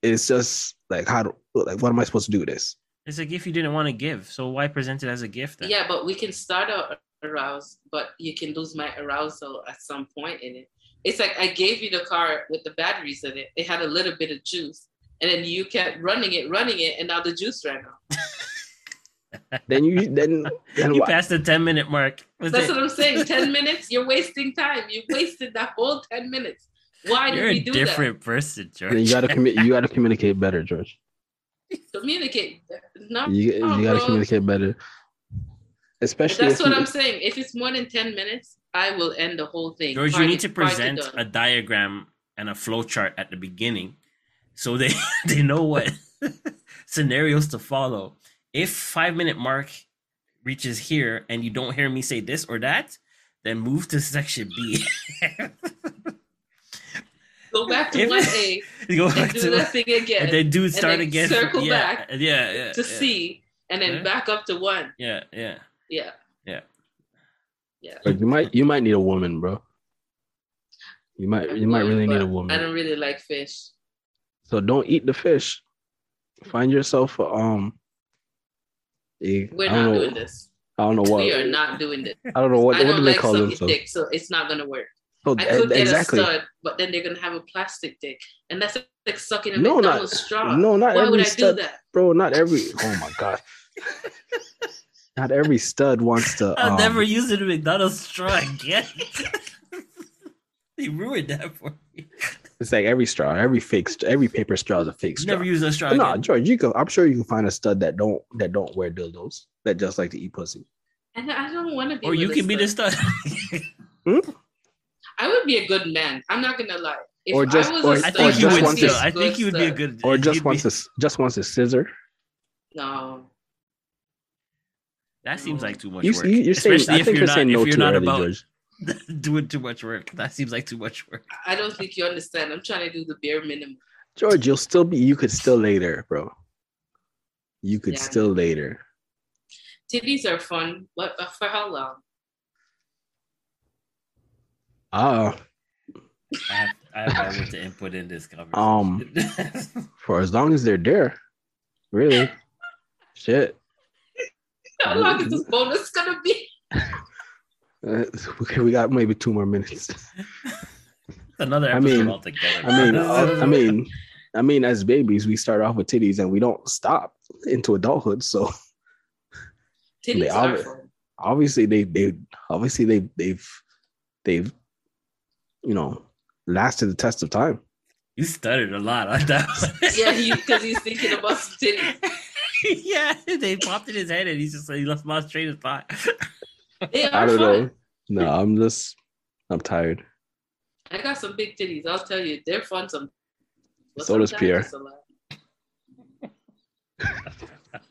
S2: it's just like how do like what am I supposed to do with this?
S1: it's a gift you didn't want to give. So why present it as a gift? Then?
S3: yeah but we can start out aroused but you can lose my arousal at some point in it it's like i gave you the car with the batteries in it it had a little bit of juice and then you kept running it running it and now the juice ran out
S2: Then you then then
S1: you
S2: what?
S1: passed the 10 minute mark. That's
S3: That's
S1: it.
S3: what I'm saying. 10 minutes, you're wasting time. You wasted that whole 10 minutes. Why
S1: You're
S3: did
S1: a
S3: we do
S1: different person, George.
S2: Then you gotta commit. You gotta communicate better, George.
S3: that? Communicate. No,
S2: You,
S3: Oh,
S2: you gotta
S3: bro.
S2: communicate better, especially.
S3: that's
S2: if
S3: what
S2: you-
S3: I'm saying. If it's more than 10 minutes, I will end the whole thing.
S1: George, you
S3: Party-
S1: need to
S3: party
S1: present
S3: done.
S1: a diagram and a flow chart at the beginning so they, they know what scenarios to follow. If five minute mark reaches here and you don't hear me say this or that, then move to section B.
S3: Go back to
S1: if-
S3: 1A
S1: You Go
S3: and
S1: back
S3: do
S1: to
S3: that thing again
S1: and then do start
S3: then
S1: again.
S3: circle
S1: yeah,
S3: back
S1: yeah, yeah,
S3: to
S1: yeah.
S3: C and then
S1: Yeah.
S3: back up to one.
S1: Yeah, yeah.
S3: Yeah.
S1: Yeah.
S3: Yeah.
S2: Like you might you might need a woman, bro. You might you might really need a
S3: I
S2: woman.
S3: don't really like fish.
S2: So don't eat the fish. Find yourself a um. a-
S3: We're
S2: I don't
S3: not
S2: know,
S3: doing this.
S2: I don't know what.
S3: We are not doing this.
S2: I don't know what.
S3: I
S2: What do
S3: don't
S2: they
S3: like
S2: call
S3: sucky
S2: themselves?
S3: dick, so it's not gonna work.
S2: So,
S3: I could
S2: e-
S3: get
S2: exactly.
S3: a stud, but then they're gonna have a plastic dick, and that's like sucking a
S2: No, not-
S3: McDonald's straw.
S2: No, not
S3: Why
S2: every
S3: would I
S2: stud,
S3: do that?
S2: bro. Not every. Oh my god. not every stud wants to.
S6: I'll
S2: um,
S6: never use it in McDonald's straw again. they ruined that for me.
S2: It's like every straw, every fake, st- every paper straw is a fake straw.
S6: Never use that straw
S2: no, nah,
S6: again.
S2: George, you can. I'm sure you can find a stud that don't that don't wear dildos that just like to eat pussy.
S3: And I don't want to be.
S6: Or
S3: with
S6: you
S3: a
S6: can be the
S3: stud.
S6: stud.
S3: I would be a good man. I'm not gonna lie. If
S2: Or just-
S3: I was
S2: or-
S3: a
S6: I
S3: stud,
S2: or
S6: think you
S2: just
S6: would
S2: want
S6: still.
S2: to-
S6: I think you would be a
S3: stud.
S6: good.
S2: Or just
S6: you'd be-
S2: wants to just wants to scissor.
S3: No,
S1: That seems like too much
S2: You,
S1: work.
S2: you, you're saying.
S6: Especially
S2: I
S6: if
S2: think
S6: you're
S2: you're
S6: not-
S2: saying
S6: if
S2: no
S6: you're
S2: too
S6: not
S2: early,
S6: about-
S2: George.
S6: doing too much work. That seems like too much work.
S3: I don't think you understand. I'm trying to do the bare minimum.
S2: George, you'll still be. You could still lay there, bro. You could
S3: Yeah.
S2: still lay there.
S3: Titties are fun, but but for how long?
S2: Ah,
S1: I have, I have no way to input in this conversation.
S2: um, for as long as they're there, really. Shit.
S3: How long is this bonus gonna be?
S2: Uh, okay, we got maybe two more minutes.
S6: Another
S2: I
S6: episode
S2: mean-
S6: altogether.
S2: I mean, uh, I mean, I mean, as babies, we start off with titties and we don't stop into adulthood. So
S3: Titties are
S2: obvi-
S3: fun.
S2: obviously, they they obviously they they've they've you know lasted the test of time.
S6: you stuttered a lot on that. one.
S3: Yeah, because he's thinking about some titties.
S6: yeah, they popped in his head and he's just like, he left my train of thought.
S3: They are
S2: I don't
S3: fun.
S2: know. No, I'm just I'm tired.
S3: I got some big titties. I'll tell you, they're fun. Some. but
S2: So does
S3: sometimes
S2: Pierre.
S3: it's a lot.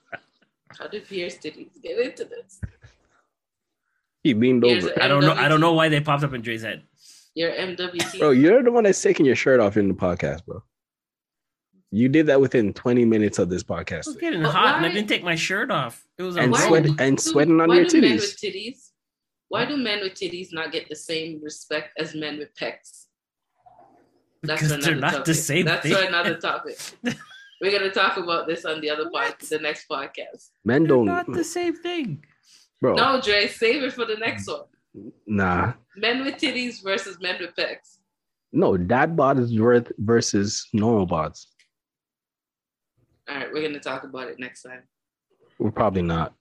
S3: How did Pierre's titties get into this?
S2: He leaned
S3: Here's
S2: over.
S3: a-
S6: I don't know. I don't know why they popped up in Dre's head.
S3: Your MWT.
S2: Bro, you're the one that's taking your shirt off in the podcast, bro. You did that within 20 minutes of this
S6: It was
S2: podcast.
S6: getting
S3: But
S6: hot and I
S3: why-
S6: didn't take my shirt off. It was a
S2: And
S3: Why-
S2: sweat
S6: robe.
S2: and
S3: do-
S2: sweating on
S3: why
S2: your
S3: do men
S2: titties.
S3: with titties. Why do men with titties not get the same respect as men with pecs?
S6: Because they're not the same
S3: That's
S6: thing.
S3: for another topic. We're gonna talk about this on the other pod, the next podcast.
S2: Men
S6: They're
S2: don't
S6: not the same thing.
S2: bro.
S3: No, Dre, save it for the next one.
S2: Nah.
S3: Men with titties versus men with pecs.
S2: No, dad bod is worth versus normal bods.
S3: All right, we're gonna talk about it next time.
S2: We're probably not.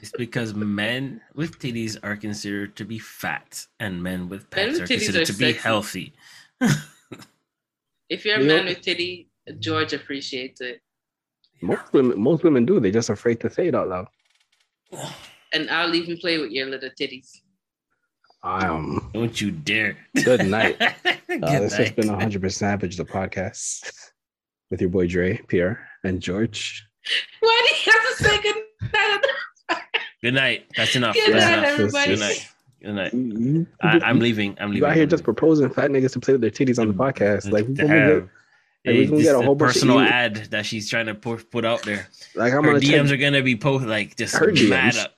S1: It's because men with titties are considered to be fat, and men with
S3: Men
S1: pecs
S3: with
S1: are
S3: titties
S1: considered to
S3: are
S1: be
S3: sexy.
S1: healthy.
S3: If you're a
S2: You know-
S3: man with titty, George appreciates it,
S2: Most women, most women do. They're just afraid to say it out loud.
S3: and I'll even play with your little titties.
S2: I am.
S1: Don't you dare!
S2: Um, Good night.
S1: Good
S2: Uh, this has
S1: night.
S2: been 100% Savage, the podcast with your boy Dre, Pierre, and George.
S3: Why do you have to say good night?
S1: Good night. That's enough.
S3: Good
S1: That's
S3: night,
S1: enough.
S3: everybody.
S1: Good night. Good night.
S2: You,
S1: I, I'm leaving. I'm leaving.
S2: you out here just proposing fat niggas to play with their titties on the podcast. Like, we gonna get-
S1: Damn.
S2: like, we
S1: It's
S2: gonna
S1: just
S2: get a whole bunch of
S1: personal
S2: you.
S1: ad that she's trying to put, put out there.
S2: like I'm
S1: Her
S2: gonna
S1: DMs
S2: check
S1: are gonna be post like just
S2: Her
S1: mad
S2: DMs.
S1: up.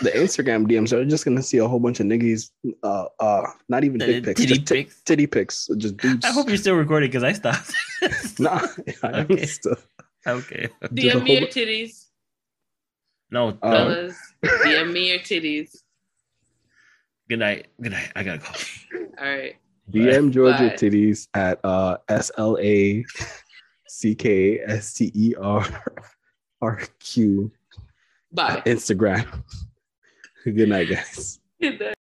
S2: the Instagram DMs. They're just gonna see a whole bunch of niggas. Uh, uh, not even dick pics,
S1: Titty
S2: just ti-
S1: pics.
S2: titty pics, just dudes.
S6: I hope you're still recording because I stopped.
S2: Nah, I
S6: Okay.
S2: still,
S6: okay.
S2: just a
S3: DM
S2: whole
S3: me
S2: bu-
S3: your titties,
S1: No.
S2: Uh,
S1: no.
S3: fellas. DM me your titties.
S1: Good night. Good night. I gotta go.
S3: All right.
S2: DM Georgia
S3: Bye.
S2: Titties at uh S L A C K S T E R R Q
S3: Bye.
S2: Instagram. Good night, guys.
S3: Good night.